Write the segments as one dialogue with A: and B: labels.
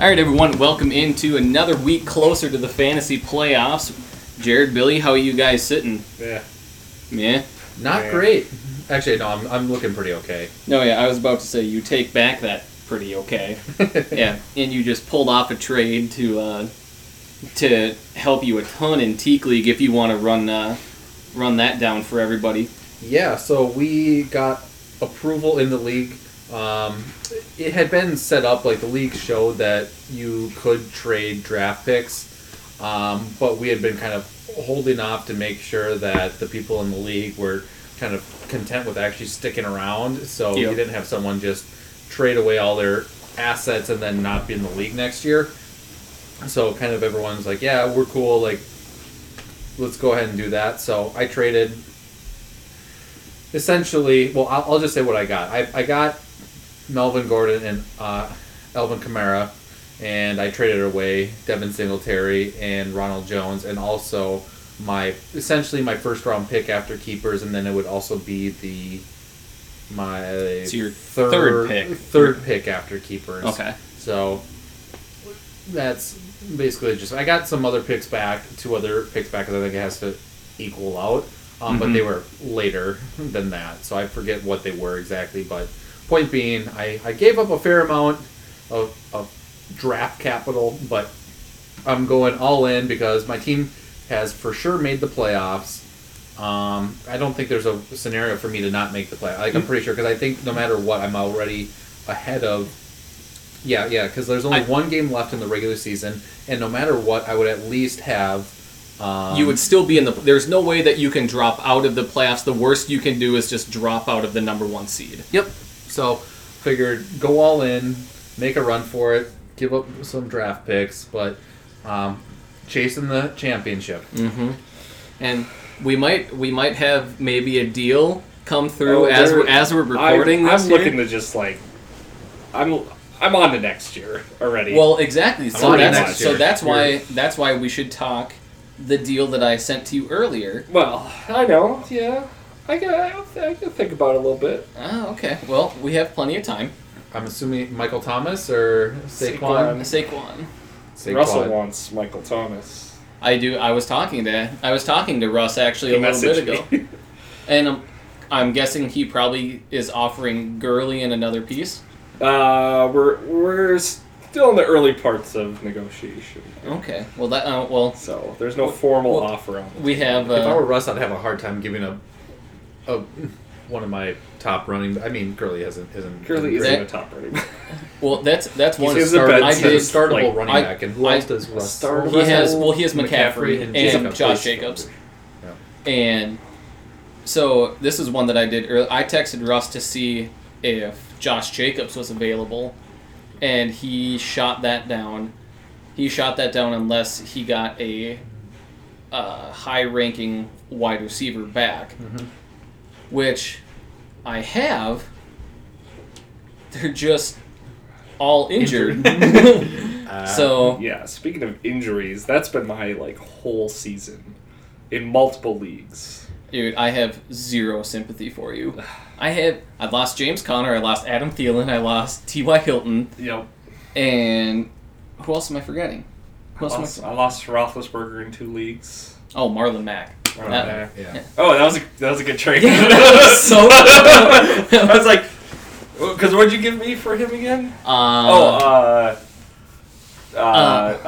A: All right, everyone, welcome into another week closer to the fantasy playoffs. Jared, Billy, how are you guys sitting?
B: Yeah.
A: Yeah.
C: Not
B: Yeah.
C: great. Actually, no, I'm, I'm looking pretty okay.
A: No, yeah, I was about to say you take back that pretty okay. yeah, and you just pulled off a trade to uh, to help you a ton in Teak League if you want to run uh, run that down for everybody.
C: Yeah, so we got approval in the league. Um, it had been set up, like, the league showed that you could trade draft picks, um, but we had been kind of holding off to make sure that the people in the league were kind of content with actually sticking around, so
A: Yeah.
C: you didn't have someone just trade away all their assets and then not be in the league next year. So kind of everyone's like, yeah, we're cool. Like, let's go ahead and do that. So I traded. Essentially, well, I'll, I'll just say what I got. I, I got Melvin Gordon and uh, Elvin Kamara, and I traded away Devin Singletary and Ronald Jones, and also my essentially my first round pick after keepers, and then it would also be the my
A: So your third pick.
C: third pick after keepers.
A: Okay.
C: So that's basically just. I got some other picks back, two other picks back, 'cause I think it has to equal out. Um, But they were later than that, so I forget what they were exactly. But point being, I, I gave up a fair amount of, of draft capital, but I'm going all in because my team has for sure made the playoffs. Um, I don't think there's a scenario for me to not make the play. Like
A: Mm.
C: I'm pretty sure because I think no matter what, I'm already ahead of. Yeah, yeah, because there's only
A: I-
C: one game left in the regular season, and no matter what, I would at least have. Um,
A: you would still be in the. There's no way that you can drop out of the playoffs. The worst you can do is just drop out of the number one seed.
C: Yep. So figured go all in, make a run for it, give up some draft picks, but um, chasing the championship.
A: Mm. Mm-hmm. and we might we might have maybe a deal come through
B: Oh,
A: as
B: there-
A: we're, as we're recording
B: I,
A: this
B: I'm
A: here.
B: looking to just like, I'm I'm on to next year already.
A: well, exactly.
C: I'm
A: So
C: looking
A: that's
B: next
A: so
B: year.
A: that's why that's why we should talk the deal that I sent to you earlier.
B: well, I know. Yeah, I can I can think about it a little bit.
A: Oh, okay. Well, we have plenty of time.
C: I'm assuming Michael Thomas or Saquon.
B: Saquon.
A: Saquon.
C: Saquon.
B: Russell wants Michael Thomas.
A: I do. I was talking to I was talking to Russ actually
B: He
A: a little bit ago,
B: messaged me.
A: and I'm, I'm guessing he probably is offering Gurley in another piece.
B: Uh, we're we're still in the early parts of negotiation,
A: Okay. Well, that uh, well
B: so there's no formal
A: Well,
B: offer on.
A: we have.
C: If I were
A: Uh,
C: Russ, I'd have a hard time giving up a, one of my top running. I mean, Gurley isn't isn't
B: Curly
C: isn't
B: is
A: that-
B: in the top rating.
A: well, that's that's one.
B: He's in the
A: start- I
B: bed
C: great.
B: since
A: did.
C: He's a startable
B: like,
C: running
A: I-
C: back, and
A: I-
C: who else does Russ?
B: startable-
A: He has
B: Russell,
A: well, he has McCaffrey,
C: McCaffrey, and
A: and
C: Jacobs.
A: Josh Jacobs,
C: Yeah.
A: and so this is one that I did. Early. I texted Russ to see if Josh Jacobs was available, and he shot that down. He shot that down unless he got a uh, high-ranking wide receiver back, which I have. They're just all injured.
C: Uh,
A: so
B: Yeah, speaking of injuries, that's been my like whole season in multiple leagues.
A: Dude, I have zero sympathy for you. I have I lost James Conner, I lost Adam Thielen, I lost T.Y. Hilton,
B: Yep.
A: and who else am I forgetting? Who else
B: I
A: am I
B: lost, I lost Roethlisberger in two leagues.
A: Oh, Marlon Mack.
B: Marlon
A: That-
B: Mack.
C: yeah.
B: Oh, that was a, that was a good trade.
A: Yeah, that was so-
B: I was like, because what'd you give me for him again?
A: Uh,
B: oh,
A: oh,
B: uh, uh,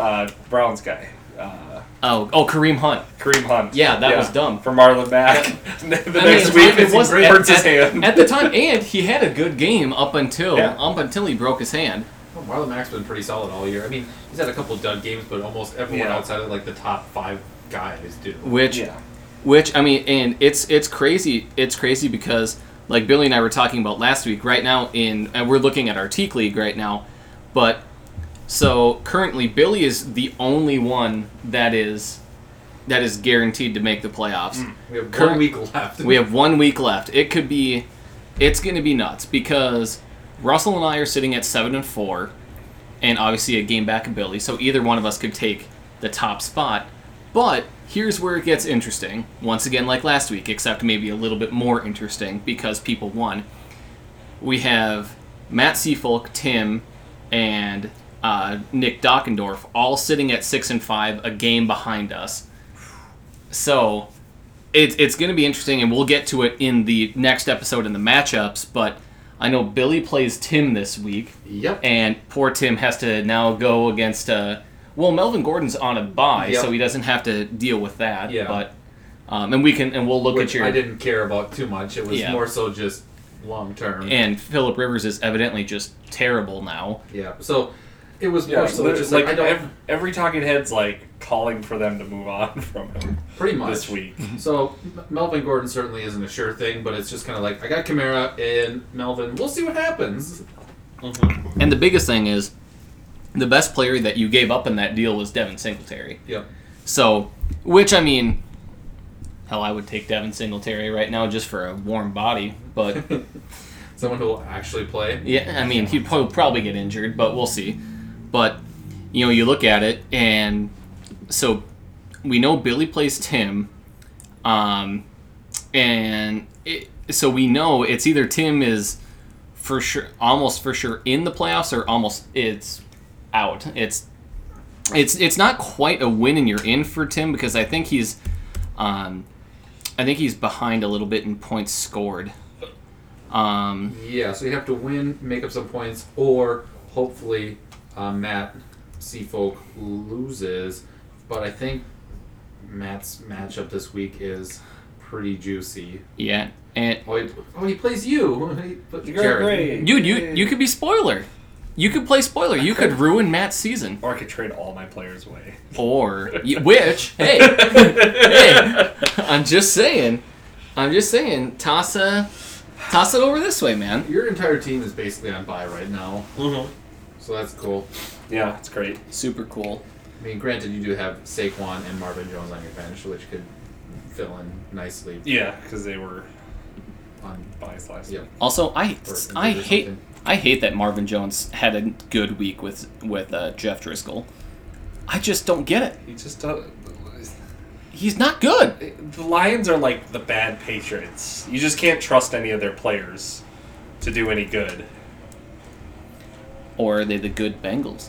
B: uh, Browns guy, uh,
A: oh, Kareem Hunt.
B: Kareem Hunt.
A: Yeah, that was dumb.
B: for Marlon Mack. the
A: I
B: next
A: mean,
B: week,
A: it
B: it
A: wasn't-
B: hurts his
A: at- at-
B: hand.
A: At the time, and he had a good game up until
B: Yeah.
A: up until he broke his hand.
C: Well, Oh, Marlon Mack's been pretty solid all year. I mean, he's had a couple dud games, but almost everyone
B: Yeah.
C: outside of like the top five guys do.
A: Which
B: yeah.
A: Which I mean, and it's it's crazy. It's crazy because like Billy and I were talking about last week. Right now, in and we're looking at our teak league right now, but so currently Billy is the only one that is that is guaranteed to make the playoffs.
C: We have
A: Current-
C: one week left.
A: We have one week left. It could be, it's going to be nuts because Russell and I are sitting at seven and four, and obviously a game back of Billy. So either one of us could take the top spot. But here's where it gets interesting. Once again, like last week, except maybe a little bit more interesting because people won. We have Matt Seafolk, Tim, and uh, Nick Dockendorf, all sitting at six and five, a game behind us. So it's it's going to be interesting, and we'll get to it in the next episode in the matchups. But I know Billy plays Tim this week,
C: Yep.
A: and poor Tim has to now go against. Uh, well, Melvin Gordon's on a bye,
C: Yep.
A: so he doesn't have to deal with that.
C: Yeah.
A: But um, and we can and we'll look
C: Which
A: at your
C: I didn't care about too much. It was
A: Yeah.
C: more so just long term.
A: and Philip Rivers is evidently just terrible now.
C: yeah. So it was
B: Yeah,
C: more so
B: literally,
C: just like,
B: like,
C: I don't
B: ev- every talking head's like calling for them to move on from him
C: pretty much
B: this week.
C: So M- Melvin Gordon certainly isn't a sure thing, but it's just kind of like I got Kamara and Melvin. We'll see what happens.
A: And the biggest thing is, the best player that you gave up in that deal was Devin Singletary.
C: Yep.
A: So, which I mean, hell, I would take Devin Singletary right now just for a warm body. But
C: Someone who will actually play.
A: yeah, I mean, he'd prob- probably get injured, but we'll see. But you know, you look at it, and so we know Billy plays Tim, um, and it, so we know it's either Tim is for sure, almost for sure in the playoffs, or almost it's out. It's it's it's not quite a win and you're in for Tim because I think he's, um, I think he's behind a little bit in points scored. Um,
C: Yeah. So you have to win, make up some points, or hopefully uh, Matt Seafolk loses. But I think Matt's matchup this week is pretty juicy.
A: Yeah, and
C: Oh, he, oh, he plays you. He put
B: You're
C: Jared.
B: great.
A: dude, you you could be spoiler. You could play spoiler. You could ruin Matt's season,
B: Or I could trade all my players away.
A: or y- which? Hey, hey, I'm just saying. I'm just saying. Toss a, toss it over this way, man.
C: Your entire team is basically on bye right now, so that's cool.
B: Yeah, it's great.
A: Super cool.
C: I mean, granted, you do have Saquon and Marvin Jones on your bench, which could fill in nicely
B: Yeah, because they were
C: on.
B: buys last
C: Yep.
B: week.
A: Also, I
C: Or-
A: I
C: or
A: hate
C: something.
A: I hate that Marvin Jones had a good week with with uh, Jeff Driscoll. I just don't get it.
B: He just does.
A: He's not good.
B: The Lions are like the bad Patriots. You just can't trust any of their players to do any good.
A: or are they the good Bengals?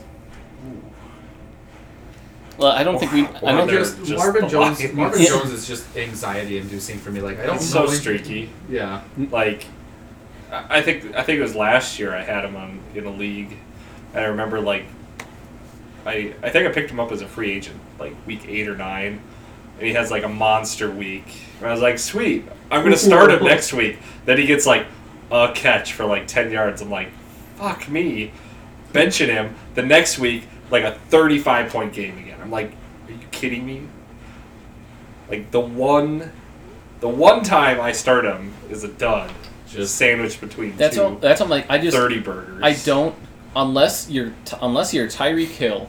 A: Well, I don't think we. I
B: Or
A: don't
B: they're
A: think,
C: Just,
B: just
C: Marvin
B: the
C: Jones.
B: Lions.
C: Marvin
A: Yeah.
C: Jones is just anxiety-inducing for me. Like I don't
B: It's
C: know.
B: so
C: if-
B: streaky.
C: Yeah.
B: Like, I I think I think it was last year I had him on in a league. I remember like, I I think I picked him up as a free agent like week eight or nine, and he has like a monster week. And I was like, sweet, I'm gonna start him next week. Then he gets like a catch for like ten yards. I'm like, fuck me, benching him the next week like a 35 point game again. I'm like, are you kidding me? Like the one, the one time I start him is a dud. Just
C: Just-
B: sandwiched between
A: that's
B: two
A: all. That's all. Like I just.
B: 30 burgers.
A: I don't. Unless you're t- unless you're Tyreek Hill,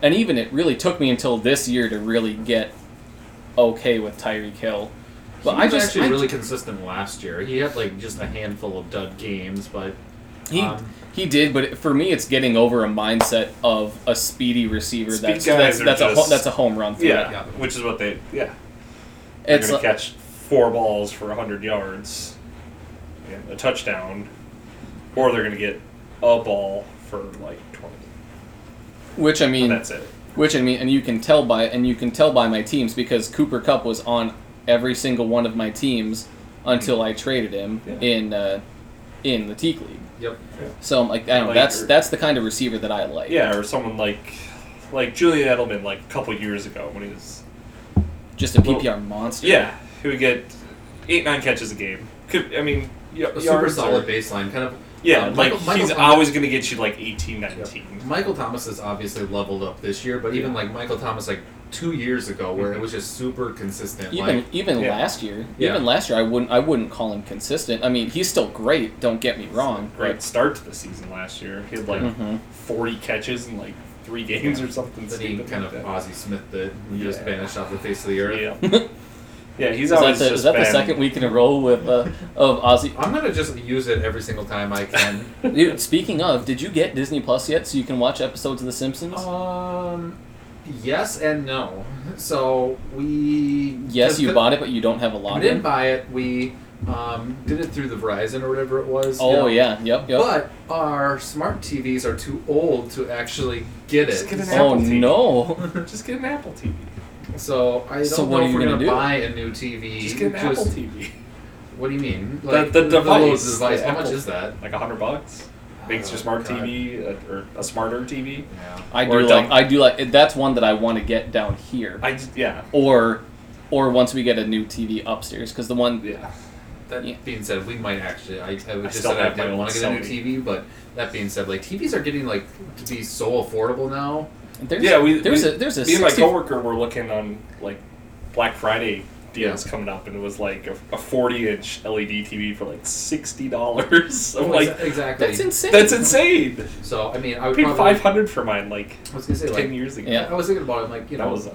A: and even it really took me until this year to really get okay with Tyreek Hill. But
C: he
A: I
C: was
A: just
C: actually
A: I-
C: really consistent last year. He had like just a handful of dud games, but
A: he
C: um,
A: he did. But it- for me, it's getting over a mindset of a speedy receiver.
B: Speed
A: that's
B: guys
A: that's,
B: are
A: that's a ho-
B: just-
A: that's a home run. Threat.
B: yeah,
C: Yeah.
B: which is what they. Yeah, they're
A: it's
B: gonna
A: like,
B: catch four balls for 100 yards and a touchdown, or they're gonna get a ball for like 20.
A: which I
B: And
A: mean.
B: that's it.
A: Which I mean, and you can tell by and you can tell by my teams because Cooper Cup was on every single one of my teams until I traded him
B: Yeah.
A: in uh, in the Teak League.
C: yep.
A: So I'm like, I don't know.
B: Like
A: That's
B: your-
A: that's the kind of receiver that I like.
B: Yeah, or someone like like Julian Edelman, like a couple years ago when he was
A: Just a
B: Well,
A: PPR monster.
B: yeah, he would get eight nine catches a game. Could I mean y-
C: A super
B: yards
C: solid
B: are-
C: baseline, kind of.
B: Yeah,
C: uh,
B: like
C: Michael- Michael
B: he's
C: Thomas-
B: always gonna get you like 18, 19.
C: Yep. Michael Thomas has obviously leveled up this year, but even
B: Yeah.
C: like Michael Thomas, like two years ago, where it was just super consistent.
A: Even
C: like,
A: even
B: Yeah.
A: last year,
C: Yeah.
A: even last year, I wouldn't I wouldn't call him consistent. I mean, he's still great. Don't get me wrong. mm-hmm.
B: Great start to the season last year. He had like forty catches in like three games or something.
C: that he
B: stupid
C: kind
B: like
C: of
B: that.
C: Ozzy Smith that he just
B: Yeah.
C: vanished off the face of the earth.
B: Yeah, yeah, he's
A: Is that,
B: always
A: the,
B: just
A: is that the
B: been-
A: second week in a row with uh, of Ozzy?
C: I'm gonna just use it every single time I can.
A: Dude, speaking of, did you get Disney Plus yet? So you can watch episodes of The Simpsons.
B: Uh,
C: um, yes and no. So we
A: yes, you
C: bought
A: bought it, but you don't have a
C: We
A: login.
C: didn't buy it. We um, did it through the Verizon or whatever it was. you know.
A: Oh yeah, yep, yep.
C: But our smart TVs are too old to actually get it.
B: Just get an
A: oh
B: Apple TV.
A: no.
B: Just get an Apple TV.
C: So I don't
A: So
C: know
A: what are
C: if
A: you
C: we're
A: gonna
C: gonna,
A: do?
C: buy a new TV.
B: Just get an Apple TV.
C: What do you mean?
B: the
C: little
B: device,
C: device.
B: the
C: How much
B: Apple-
C: is that?
B: Like a hundred bucks. Makes your
C: Oh,
B: smart
C: God.
B: TV a, or a smarter TV.
C: Yeah.
A: I do
B: Or
A: like
B: dump.
A: I do like that's one that I want to get down here.
B: I just, yeah
A: Or or once we get a new TV upstairs cuz the one
B: yeah.
C: That
A: Yeah.
C: being said, we might actually. I, I,
B: I
C: just
B: still
C: said I
B: have my
C: didn't
B: old
C: want to get a new
B: Sony.
C: TV, but that being said, like TVs are getting like to be so affordable now.
A: there's
B: yeah, we
A: there's
B: we-
A: a there's a
B: me and my
A: 60
B: coworker were looking on like Black Friday deals coming up, and it was like a, E a forty inch LED TV for like sixty dollars. I'm like,
C: Exa- exactly.
A: That's insane.
B: that's insane.
C: so I mean, I
B: I
C: would
B: paid
C: probably.
B: five hundred for mine like
C: I was gonna say
B: ten
C: like.
B: years ago.
A: Yeah.
C: I was thinking about it. I'm like, you
B: that
C: know,
B: was a
C: at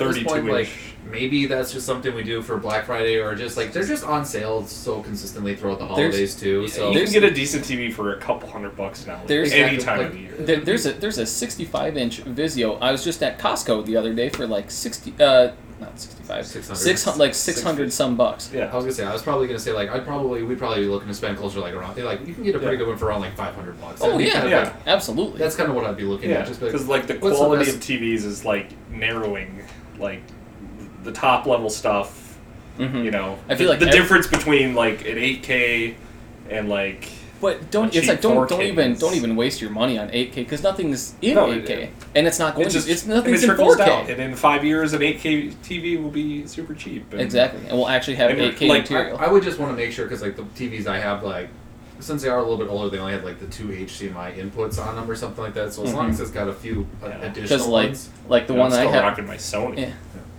C: this
B: thirty two
C: point,
B: inch.
C: like maybe that's just something we do for Black Friday or just like they're just on sale so consistently throughout the
A: There's-
C: holidays too. So
B: you
A: there's-
B: can get a decent TV for a couple hundred bucks now. like,
A: There's-
B: any
C: Exactly,
B: time
C: like-
B: of the year.
A: There, there's a there's a 65 inch Vizio. I was just at Costco the other day for like 60 uh not 65
C: 600.
A: 600 like 600 some bucks.
B: Yeah.
C: I was gonna say I was probably gonna say like I'd probably we'd probably be looking to spend closer to, like around like you can get a pretty
B: Yeah.
C: good one for around like five hundred bucks.
A: Oh
C: That'd be
A: yeah,
C: kind of,
B: yeah.
C: like,
A: absolutely.
C: that's kind of what I'd be looking
B: Yeah,
C: at. Just like,
B: because like the
C: what's the
B: quality
C: best-
B: of TVs is like narrowing, like the top level stuff.
A: Mhm.
B: You know,
A: I feel
B: the,
A: like
B: the
A: ev-
B: difference between like an 8K and like
A: But don't
B: Cheap
A: it's like don't don't
B: 4Ks.
A: even don't even waste your money on 8K because nothing's in
B: No, it-
A: 8K and it's not going
B: it just
A: to it's
B: and it
A: nothing's in
B: trickles down.
A: 4K.
B: And in five years, an 8K TV will be super cheap. And
A: Exactly, and we'll actually have
B: And,
A: 8K
B: like,
C: I,
A: material.
C: I would just want to make sure because like the TVs I have like since they are a little bit older they only had like the two HDMI inputs on them or something like that. So as long
A: Mhm.
C: as it's got a few uh,
B: Yeah.
A: Because
C: additional
A: like
C: ones,
A: like the
B: you know,
A: one
B: I'm
A: I
B: still
A: had,
B: rocking my Sony.
A: yeah,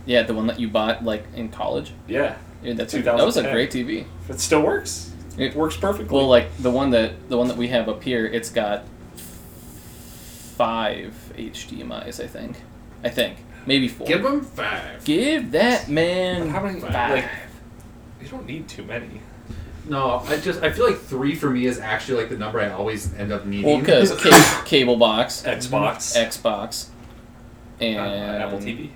A: yeah, the one that you bought like in college.
B: Yeah.
A: Yeah, that's a, that was a
B: 2010.
A: great TV.
B: it still works.
A: It- uh,
B: It works perfectly.
A: Well, like the one that the one that we have up here, it's got five HDMI's. I think, I think maybe four.
C: give them five.
A: Give that man
B: how many?
A: five.
B: Like, you don't need too many.
C: No, I just I feel like three for me is actually like the number I always end up needing.
A: well, because ca- cable box,
B: Xbox,
A: Xbox, and
B: uh, Apple TV.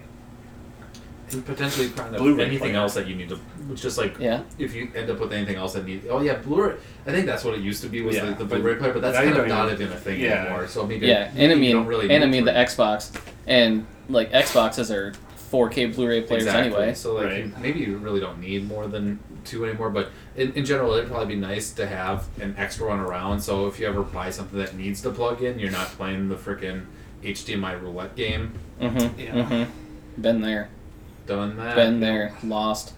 C: And potentially kind of
B: Blu-ray
C: anything
B: player.
C: else that you need to just like
A: Yeah.
C: if you end up with anything else that need oh yeah Blu-ray I think that's what it used to be was
B: Yeah,
C: the, the
B: but
C: Blu-ray player but that's
B: now you
C: kind of
B: don't
C: not
B: even-
C: even a thing
B: yeah.
C: anymore so maybe
A: Yeah,
C: maybe
A: and I
C: you
A: mean,
C: don't really
A: and I
C: need
A: mean the
C: three.
A: Xbox, and like Xboxes are 4K Blu-ray players
C: Exactly.
A: anyway.
C: so like
B: Right.
C: you, maybe you really don't need more than two anymore but in, in general it'd probably be nice to have an extra one around so if you ever buy something that needs to plug in you're not playing the freaking HDMI roulette game
A: Mm-hmm.
B: Yeah.
A: Mm-hmm. Been there,
C: done that
A: been there, lost.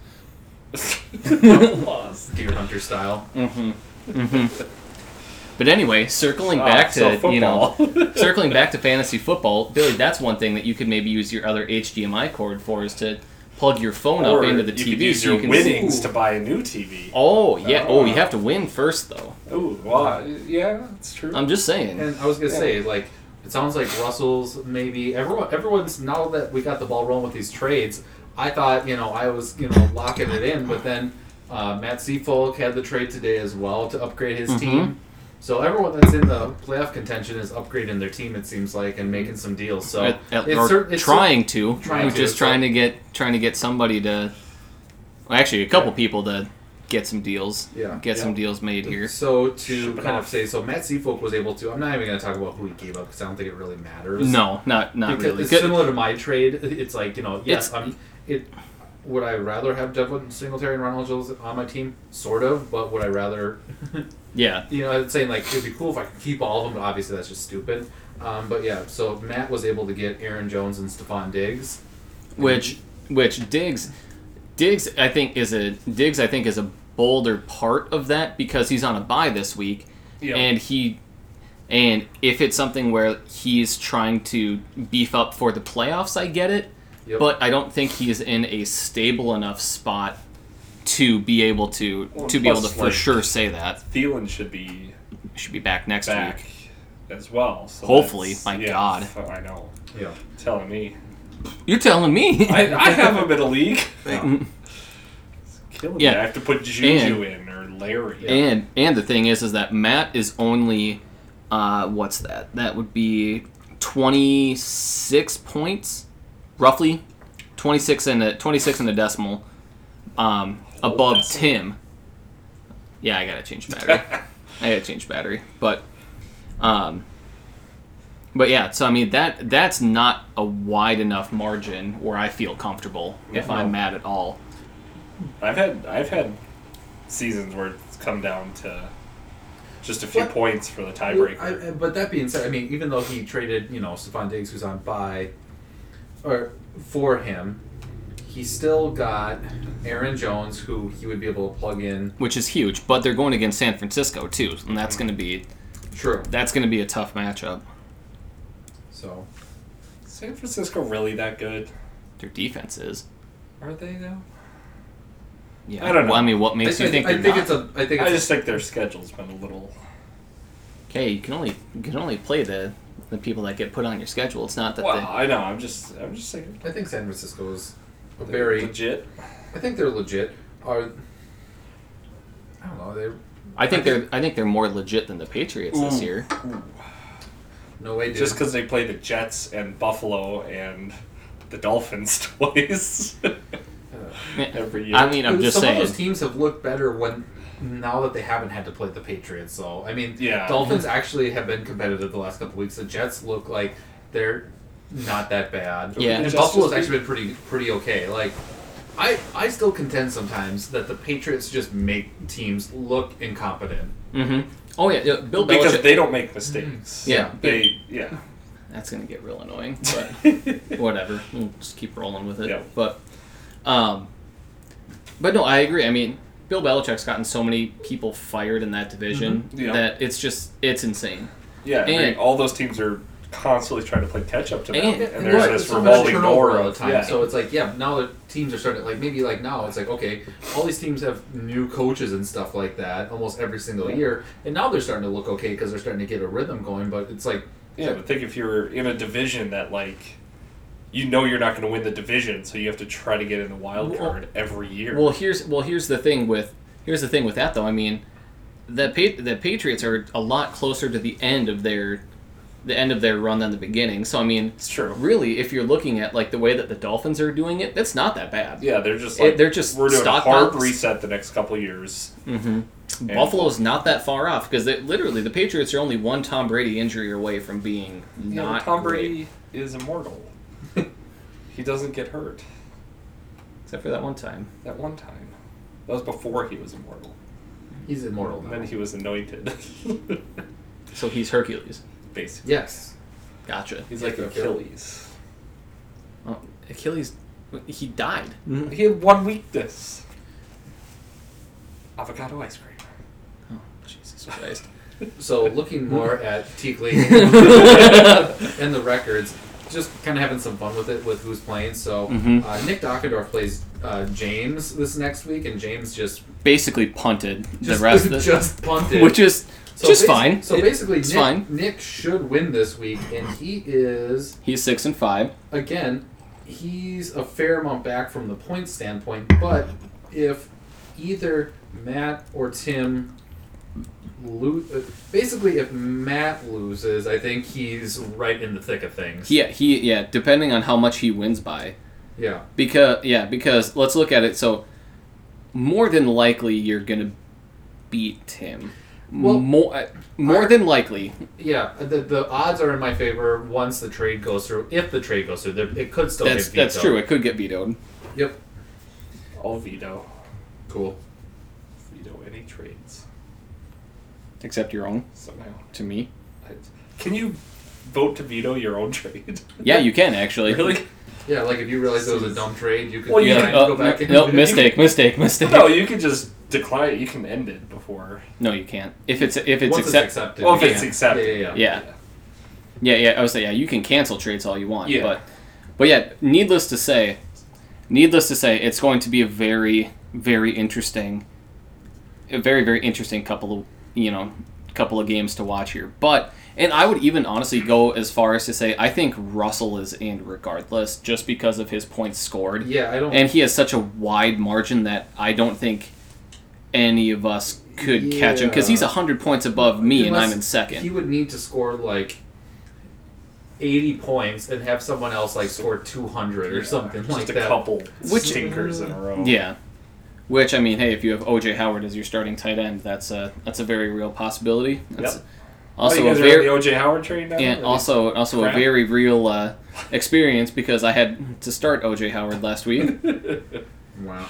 B: Lost.
C: deer hunter style
A: Mm-hmm. Mm-hmm. But anyway, circling back
B: Ah, so
A: to you know,
B: football.
A: circling back to fantasy football, Billy. That's one thing that you could maybe use your other HDMI cord for is to plug your phone
B: or
A: up into the
B: you
A: TV
B: could use
A: so
B: your
A: you can see.
B: winnings to buy a new TV.
A: Oh yeah. Oh, you
B: Ah.
A: have to win first though.
B: Ooh, well, I- yeah, that's true.
A: I'm just saying.
C: And I was gonna say, like, it sounds like Russell's maybe everyone. Everyone's now that we got the ball rolling with these trades. I thought, you know, I was, you know, locking it in, but then uh, Matt Seafolk had the trade today as well to upgrade his
A: Mhm.
C: team. So everyone that's in the playoff contention is upgrading their team. It seems like and making some deals. So
A: At- at-
C: it's
A: or
C: cer- it's cer-
A: trying to,
C: trying
A: We're
C: to,
A: just
C: so-
A: trying to get trying to get somebody to, well, actually a couple people to get some deals,
C: Yeah.
A: get some
B: Yeah.
A: deals made here.
C: So to
B: Sure.
C: kind of say, so Matt Seafolk was able to. I'm not even gonna talk about who he gave up because I don't think it really matters.
A: No, not not
C: Because
A: really.
C: It's
A: Good-
C: similar to my trade. It's like you know, yes,
A: It's-
C: I'm. It would I rather have Devin Singletary and Ronald Jones on my team, sort of, but would I rather?
A: yeah,
C: You know, I'm saying like it'd be cool if I could keep all of them, but obviously that's just stupid. Um, but yeah, so Matt was able to get Aaron Jones and Stephon Diggs.
A: which which Diggs, Diggs I think is a Diggs I think is a bolder part of that because he's on a buy this week,
B: Yeah.
A: and he. And if it's something where he's trying to beef up for the playoffs, I get it.
C: Yep.
A: but I don't think he's in a stable enough spot to be able to
B: Well,
A: to be able to
B: plus,
A: for
B: like-
A: sure say that
B: Thielen should be
A: should be back next
B: back
A: week.
B: as well. So
A: Hopefully,
B: that's-
A: my
B: yeah,
A: God.
B: so I know.
C: yeah,
B: Telling me,
A: You're telling me?
B: I, I have him in a league.
A: Mm.
B: It's killing
A: Yeah.
B: me. I have to put Juju in or Larry.
A: and and the thing is, is that Matt is only uh, what's that? That would be twenty six points, roughly twenty six and a twenty six and a decimal um, above
B: decimal.
A: Tim, Yeah, I gotta change battery. I gotta change battery. But, um, but yeah. So I mean that that's not a wide enough margin where I feel comfortable if
B: Yeah,
A: I'm
B: no.
A: mad at all.
B: I've had I've had seasons where it's come down to just a few
C: What?
B: points for the
C: Well,
B: tiebreaker.
C: I- I- but that being said, I mean, even though he traded, you know, Stephon Diggs, who's on buy, or for him, he still got Aaron Jones, who he would be able to plug in.
A: Which is huge, but they're going against San Francisco too, and that's
B: Mm-hmm.
A: gonna be
C: True.
A: that's gonna be a tough matchup.
C: So
B: San Francisco really that good?
A: Their defense is.
B: Are they though?
A: Yeah.
B: I don't know.
A: Well, I mean, what makes
C: I,
A: you
C: I-
A: think
C: I,
A: they're
C: think
A: not?
C: it's a. I think
B: I
C: it's
B: just think their schedule's been a little.
A: Okay, you can only you can only play the the people that get put on your schedule. It's not that
B: Well, I know. I'm just I'm just saying.
C: A, I think San Francisco is a
B: they're
C: very.
B: legit.
C: I think they're legit. Are I don't know. They're
A: they. I think they're I think they're more legit than the Patriots this
B: Ooh.
A: year.
C: no way. Dude.
B: Just because they play the Jets and Buffalo and the Dolphins twice every year.
A: I mean, I'm
C: But
A: just
C: some
A: saying.
C: of those teams have looked better when now that they haven't had to play the Patriots. So I mean,
B: Yeah.
C: Dolphins actually have been competitive the last couple weeks. The Jets look like they're not that bad.
A: Yeah.
C: and
B: Just-
C: Buffalo's
B: just-
C: actually been pretty pretty okay. Like. I, I still contend sometimes that the Patriots just make teams look incompetent.
A: Mm-hmm. Oh yeah, yeah, Bill
B: because
A: Belichick.
B: they don't make
C: Mm.
B: mistakes.
A: Yeah.
B: They yeah.
A: That's gonna get real annoying, but whatever. We'll just keep rolling with it.
B: Yeah.
A: But, um, but no, I agree. I mean, Bill Belichick's gotten so many people fired in that division
B: Mhm. Yeah.
A: that it's just it's insane.
B: Yeah, I mean,
A: And-
B: all those teams are constantly trying to play catch up to them,
A: And-
B: and,
A: and
B: there's
A: right,
B: this
C: so much
B: revolving
C: turnover
B: door
C: all the
B: of
C: time.
B: yeah.
C: So it's like, yeah, now the teams are starting. Like maybe like now it's like, okay, all these teams have new coaches and stuff like that almost every single year, and now they're starting to look okay because they're starting to get a rhythm going. But it's like,
B: yeah, but think if you're in a division that like you know you're not going to win the division, so you have to try to get in the wild
A: Well-
B: card every year.
A: Well, here's well here's the thing with here's the thing with that though. I mean, the pa- the Patriots are a lot closer to the end of their the end of their run than the beginning. So I mean,
B: it's true.
A: really, if you're looking at like the way that the Dolphins are doing it, that's not that bad.
B: Yeah, they're just
A: It-
B: like
A: they're just
B: we're doing a
A: stock
B: hard
A: ups.
B: reset the next couple years.
A: Mm-hmm. Buffalo's not that far off because they, literally the Patriots are only one Tom Brady injury away from being
B: Yeah, but
A: not
B: Tom
A: great.
B: Brady is immortal. he doesn't get hurt.
A: except for that one time.
B: That one time, that was before he was immortal.
C: he's immortal now.
B: Then he was anointed.
A: So he's Hercules.
B: Basically,
C: yes,
A: Gotcha.
B: he's like Achilles.
A: Oh, Achilles, he died.
B: He had one weakness. Avocado ice cream. Mm-hmm.
A: Oh, Jesus Christ.
C: so looking more at Teakley
A: Oh.
C: and the records, just kind of having some fun with it with who's playing. So
A: Mhm.
C: uh, Nick Dockendorf plays uh, James this next week, and James just
A: Basically punted
C: just,
A: the rest of the
C: just punted,
A: which is just
C: basi-
A: fine.
C: So basically,
A: it's
C: Nick,
A: fine.
C: Nick should win this week, and he is
A: He's six and five.
C: again, he's a fair amount back from the point standpoint. But if either Matt or Tim lose, basically, if Matt loses, I think he's right in the thick of things.
A: Yeah, he yeah. Depending on how much he wins by,
C: yeah,
A: Because yeah, because let's look at it. So more than likely you're gonna beat him.
C: Well,
A: more more
C: our-
A: than likely.
C: yeah. The, the odds are in my favor once the trade goes through. If the trade goes through, there, it could still
A: That's
C: get beat.
A: that's true. It could get vetoed.
C: Yep.
B: I'll veto.
C: Cool.
B: Veto any trades
A: Except your own
B: somehow.
A: to me.
B: I- Can you vote to veto your own trade?
A: Yeah, you can actually.
B: really?
C: Yeah, like if you realize it was a dumb trade, you could
B: Well,
A: Yeah.
B: yeah,
C: try and
A: oh,
C: go back
A: no,
C: and
A: no, mistake, mistake, mistake.
B: No, you can just decline it. You can end it before.
A: No, you can't. If it's if it's
C: Once
A: accept-
C: accepted.
B: Well, if
C: you
B: it's
C: can't.
B: accepted.
C: Yeah, yeah, yeah.
A: Yeah. Yeah, yeah. I would say yeah. You can cancel trades all you want,
B: Yeah.
A: but but yeah. Needless to say, needless to say, it's going to be a very very interesting, a very very interesting couple of you know couple of games to watch here. But and I would even honestly go as far as to say I think Russell is in regardless, just because of his points scored,
C: Yeah, I don't.
A: and he has such a wide margin that I don't think any of us could catch him because he's
C: Yeah.
A: hundred points above me and I'm
C: Unless
A: in second.
C: He would need to score like eighty points and have someone else like score two hundred or something
B: just
C: like
B: a
C: that.
B: couple
A: Which-
B: stinkers in a row.
A: Yeah. Which I mean, hey, if you have OJ Howard as your starting tight end, that's a that's a very real possibility. That's
B: Yep.
A: also
B: oh, you
A: a
B: guys are on
A: very
B: the OJ Howard train now.
A: and
B: Really?
A: also also
B: Crap.
A: a very real uh, experience because I had to start OJ Howard last week.
C: Wow.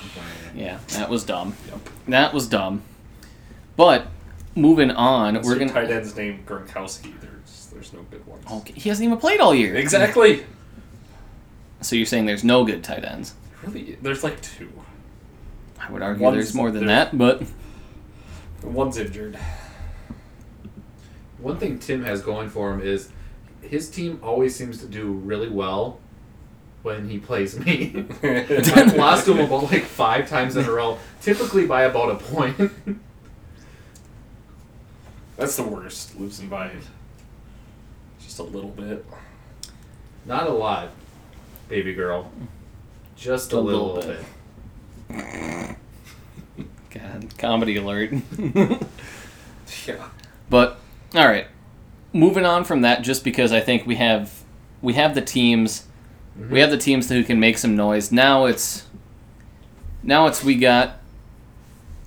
A: yeah, that was dumb.
B: Yep.
A: That was dumb. But moving on,
B: That's
A: we're
B: your
A: gonna Oh.
B: tight end's name Gronkowski. There's there's no good ones.
A: Okay, he hasn't even played all year.
B: Exactly.
A: So you're saying there's no good tight ends?
B: Really, there's like two.
A: I would argue
B: One's
A: there's more than
B: there.
A: that, but
B: One's injured.
C: One thing Tim has going for him is his team always seems to do really well when he plays me. I've lost to him about like five times in a row, typically by about a point.
B: That's the worst. Losing by just a little bit.
C: Not a lot, baby girl. Just a,
A: A
C: little,
A: little
C: bit.
A: bit. God, comedy alert.
B: Yeah.
A: but all right, moving on from that, just because I think we have we have the teams, we have the teams who can make some noise. Now it's now it's we got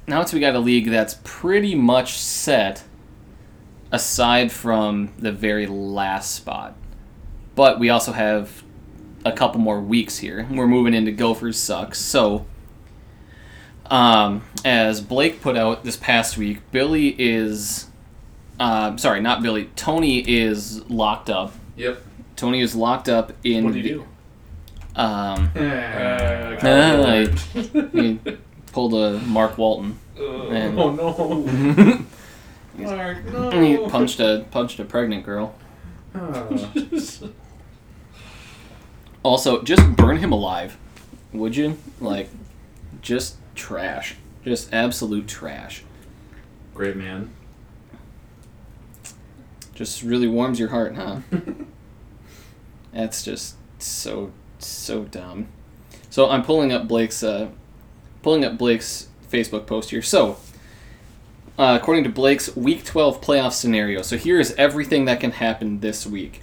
A: now it's we got a league that's pretty much set, aside from the very last spot. But we also have a couple more weeks here. We're moving into Gophers sucks. So, um, as Blake put out this past week, Billy is, uh, sorry, not Billy. Tony is locked up.
C: Yep.
A: Tony is locked up in.
B: What do you
A: do? Um,
B: Uh,
A: Ah, he pulled a Mark Walton. And
C: oh no. Mark,
A: he
C: no.
A: punched a punched a pregnant girl.
C: Ah.
A: Also, just burn him alive, would you? Like, just trash. Just absolute trash.
C: Great man.
A: Just really warms your heart, huh? That's just so so dumb. So I'm pulling up Blake's uh, pulling up Blake's Facebook post here. So uh, according to Blake's Week 12 playoff scenario, so here is everything that can happen this week.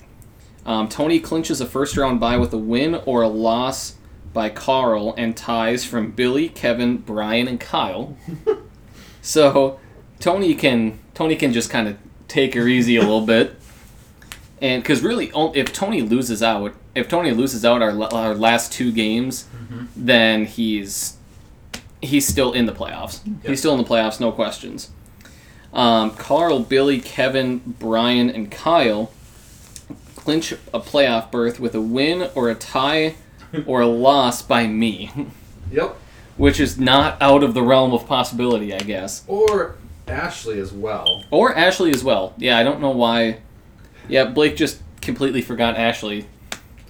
A: Um, Tony clinches a first round bye with a win or a loss by Carl and ties from Billy, Kevin, Brian, and Kyle. so Tony can Tony can just kind of take her easy a little bit, and because really, o- if Tony loses out, if Tony loses out our, la- our last two games, then he's he's still in the playoffs.
C: Yep.
A: He's still in the playoffs, no questions. Um, Carl, Billy, Kevin, Brian, and Kyle clinch a playoff berth with a win or a tie or a loss by me,
C: Yep.
A: which is not out of the realm of possibility, I guess.
C: Or Ashley as well.
A: Or Ashley as well. Yeah, I don't know why. Yeah, Blake just completely forgot Ashley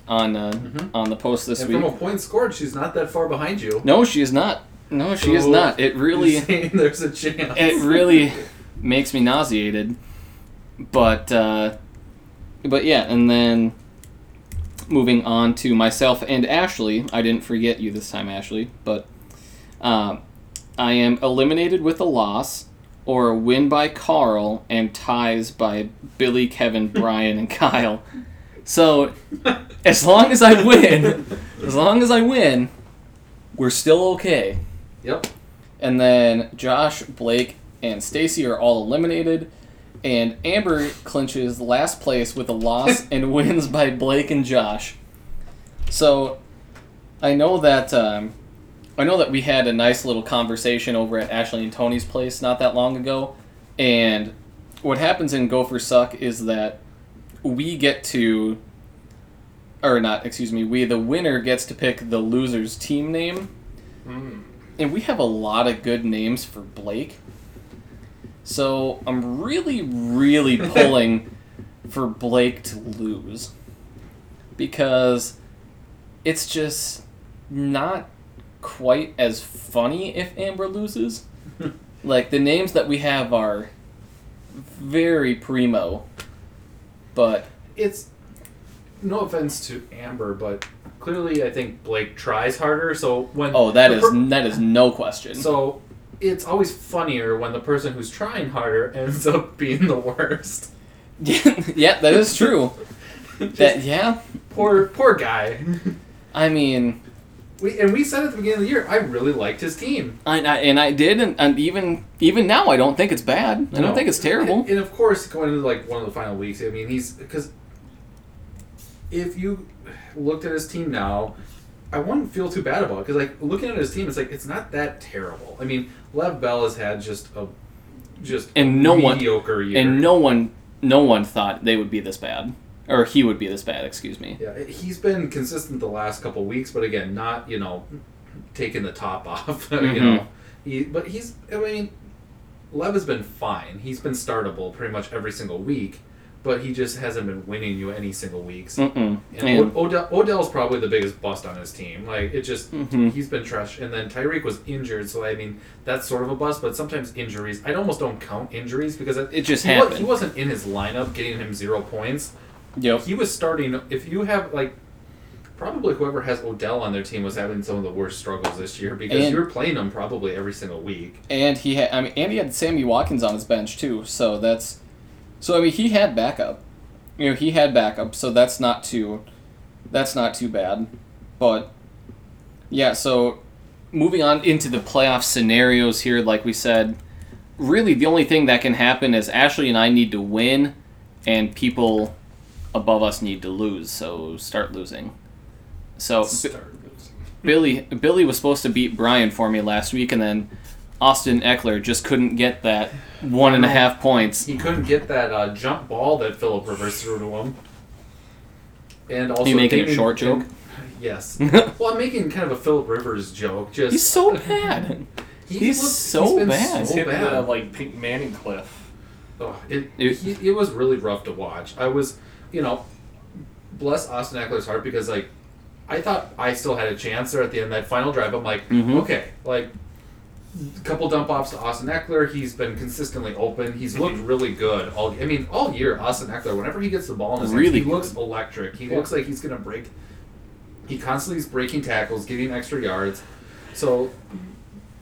A: on uh, on the post this
C: Mm-hmm. and
A: week.
C: from a point scored, she's not that far behind you.
A: No, she is not. No, she is
C: So-
A: not. It really
C: You're saying there's a chance.
A: it really makes me nauseated. But uh, but yeah, and then moving on to myself and Ashley. I didn't forget you this time, Ashley. But um, I am eliminated with a loss or a win by Carl and ties by Billy, Kevin, Brian, and Kyle. So as long as I win, as long as I win, we're still okay.
C: Yep.
A: And then Josh, Blake, and Stacy are all eliminated. And Amber clinches last place with a loss and wins by Blake and Josh. So I know that um, I know that we had a nice little conversation over at Ashley and Tony's place not that long ago. And what happens in Gopher Suck is that we get to or not, excuse me, we the winner gets to pick the loser's team name and we have a lot of good names for Blake. So I'm really, really pulling for Blake to lose because it's just not quite as funny if Amber loses. like the names that we have are very primo, but
C: It's no offense to Amber, but clearly I think Blake tries harder. So when
A: oh, that
C: the
A: is
C: per-
A: that is no question.
C: so it's always funnier when the person who's trying harder ends up being the worst.
A: yeah, that is true. that yeah,
C: Poor poor guy.
A: I mean.
C: We and we said at the beginning of the year, I really liked his team.
A: I, I, and I did, and, and even even now, I don't think it's bad. I
C: No.
A: don't think it's terrible.
C: And, and of course, going into like one of the final weeks, I mean, he's because if you looked at his team now, I wouldn't feel too bad about it because like looking at his team, it's like it's not that terrible. I mean, Lev Bell has had just a just
A: And no one-
C: mediocre year.
A: And no one, no one thought they would be this bad, or he would be this bad. Excuse me.
C: Yeah, he's been consistent the last couple weeks, but again, not you know taking the top off.
A: Mhm.
C: you know, he, but he's I mean, Lev has been fine. He's been startable pretty much every single week, but he just hasn't been winning you any single weeks.
A: Mm-mm.
C: And
A: Mm, And,
C: Od- Odell, Odell's probably the biggest bust on his team. Like it just
A: Mhm.
C: he's been trash. And then Tyreek was injured, so I mean that's sort of a bust. But sometimes injuries, I almost don't count injuries because
A: It just
C: he wa-
A: happened.
C: he wasn't in his lineup, getting him zero points
A: yep.
C: he was starting. If you have like, probably whoever has Odell on their team was having some of the worst struggles this year because
A: And-
C: you were playing him probably every single week.
A: And he had, I mean, and he had Sammy Watkins on his bench too. So that's, so I mean, he had backup. You know, he had backup. So that's not too, that's not too bad. But yeah, so moving on into the playoff scenarios here, like we said, really the only thing that can happen is Ashley and I need to win, and people above us need to lose. So start losing. So Billy Billy was supposed to beat Brian for me last week, and then Austin Eckler just couldn't get that one and a half points.
C: He couldn't get that uh, jump ball that Philip Rivers threw to him. And also,
A: you making a
C: Damon-
A: short joke?
C: Yes. well, I'm making kind of a Philip Rivers joke. Just
A: He's so bad.
C: he
A: he's
C: looked-
A: so
C: he's been
A: bad.
B: It's
C: So
B: him
C: bad.
B: and, uh, like Peyton Manning cliff.
C: Oh, it,
A: It-
C: he, it was really rough to watch. I was, you know, bless Austin Eckler's heart because, like, I thought I still had a chance there at the end. That final drive, I'm like,
A: Mhm.
C: okay, like, a couple dump offs to Austin Eckler. He's been consistently open.
A: Mm-hmm.
C: He's looked really good. All I mean, all year, Austin Eckler, whenever he gets the ball in his
A: Really
C: hands, he
A: good.
C: looks electric. He looks like he's gonna break. He constantly is breaking tackles, getting extra yards. So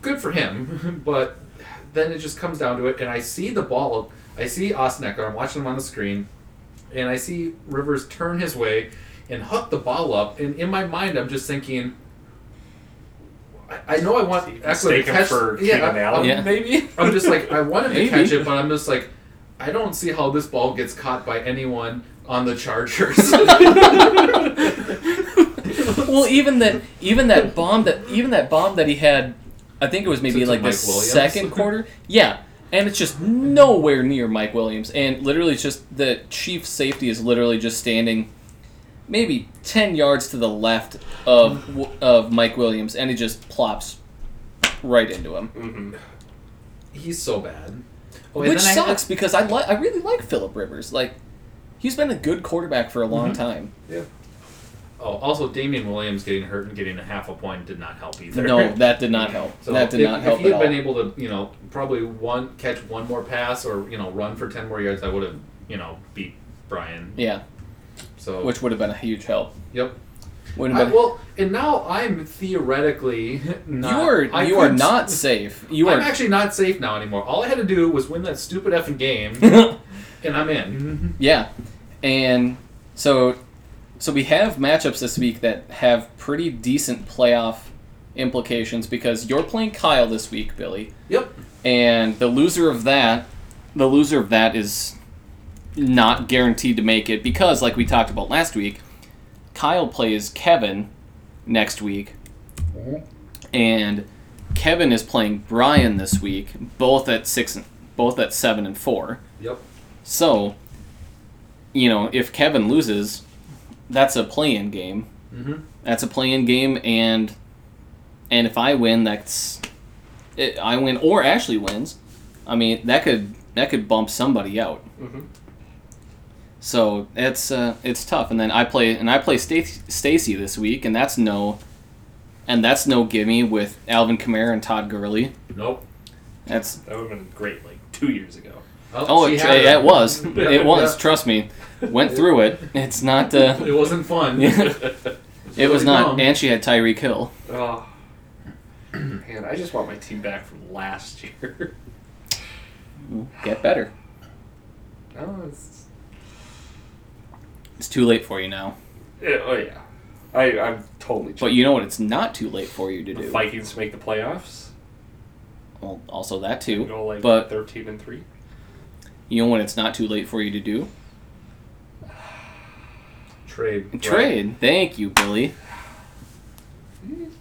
C: good for him, but then it just comes down to it, and I see the ball. I see Austin Eckler. I'm watching him on the screen, and I see Rivers turn his way and hook the ball up. And in my mind, I'm just thinking, I, I know I want Eckler to
B: Mistake him
C: catch.
B: for
C: yeah,
B: Keenan
C: I-
B: Allen,
A: Yeah.
B: maybe.
C: I'm just like I want him to
A: Maybe.
C: catch it, but I'm just like I don't see how this ball gets caught by anyone on the Chargers.
A: well, even that, even that bomb that, even that bomb that he had, I think it was maybe
C: To- to
A: like the
C: Mike Williams?
A: second quarter. Yeah, and it's just nowhere near Mike Williams, and literally it's just the chief safety is literally just standing, maybe ten yards to the left of w- of Mike Williams, and he just plops right into him,
B: Mm-hmm.
C: He's so bad. Oh, and
A: which
C: then I-
A: sucks because I li- I really like Philip Rivers, like. He's been a good quarterback for a long
C: Mm-hmm.
A: time.
C: oh, also Damian Williams getting hurt and getting a half a point did not help either.
A: No, that did not help.
C: So
A: that did
C: if,
A: not
C: if
A: help
C: he had
A: at all.
C: been able to, you know, probably one catch one more pass or you know run for ten more yards, I would have, you know, beat Brian.
A: yeah,
C: So
A: which would have been a huge help.
C: yp.
A: Would
C: I,
A: have been.
C: well, and now I'm theoretically not.
A: you are
C: I
A: you are
C: could-
A: not safe. You
C: I'm
A: are
C: actually not safe now anymore. All I had to do was win that stupid effing game, and I'm in.
A: yeah, and so so we have matchups this week that have pretty decent playoff implications because you're playing Kyle this week, Billy,
C: Yep.
A: and the loser of that, the loser of that is not guaranteed to make it because, like we talked about last week, Kyle plays Kevin next week, and Kevin is playing Brian this week, both at six, and, both at seven and four.
C: Yep.
A: So, you know, if Kevin loses, that's a play-in game.
C: Mm-hmm.
A: That's a play-in game, and and if I win, that's it, I win, or Ashley wins. I mean, that could that could bump somebody out.
B: Mm-hmm.
A: So it's uh, it's tough. And then I play and I play Stac- Stacy this week, and that's no, and that's no gimme with Alvin Kamara and Todd Gurley.
C: Nope.
A: That's
B: That would have been great like two years ago.
A: oh,
C: she
A: it,
C: had
A: it,
C: a-
A: was it was.
C: Yeah.
A: Trust me, went through it. It's not. Uh,
C: It wasn't fun.
A: It was
C: Really
A: not,
C: dumb.
A: and she had Tyreek Hill.
B: Oh. Man, I just want my team back from last year.
A: Get better.
B: no, Oh, it's,
A: It's too late for you now.
B: yeah, oh yeah. I, I'm totally.
A: But you know what? It's not too late for you to
B: the
A: do.
B: Vikings make the playoffs.
A: Well, also that
B: You
A: too.
B: go like
A: but
B: thirteen and three.
A: you know when it's not too late for you to do?
C: Trade.
A: Trade. Thank you, Billy.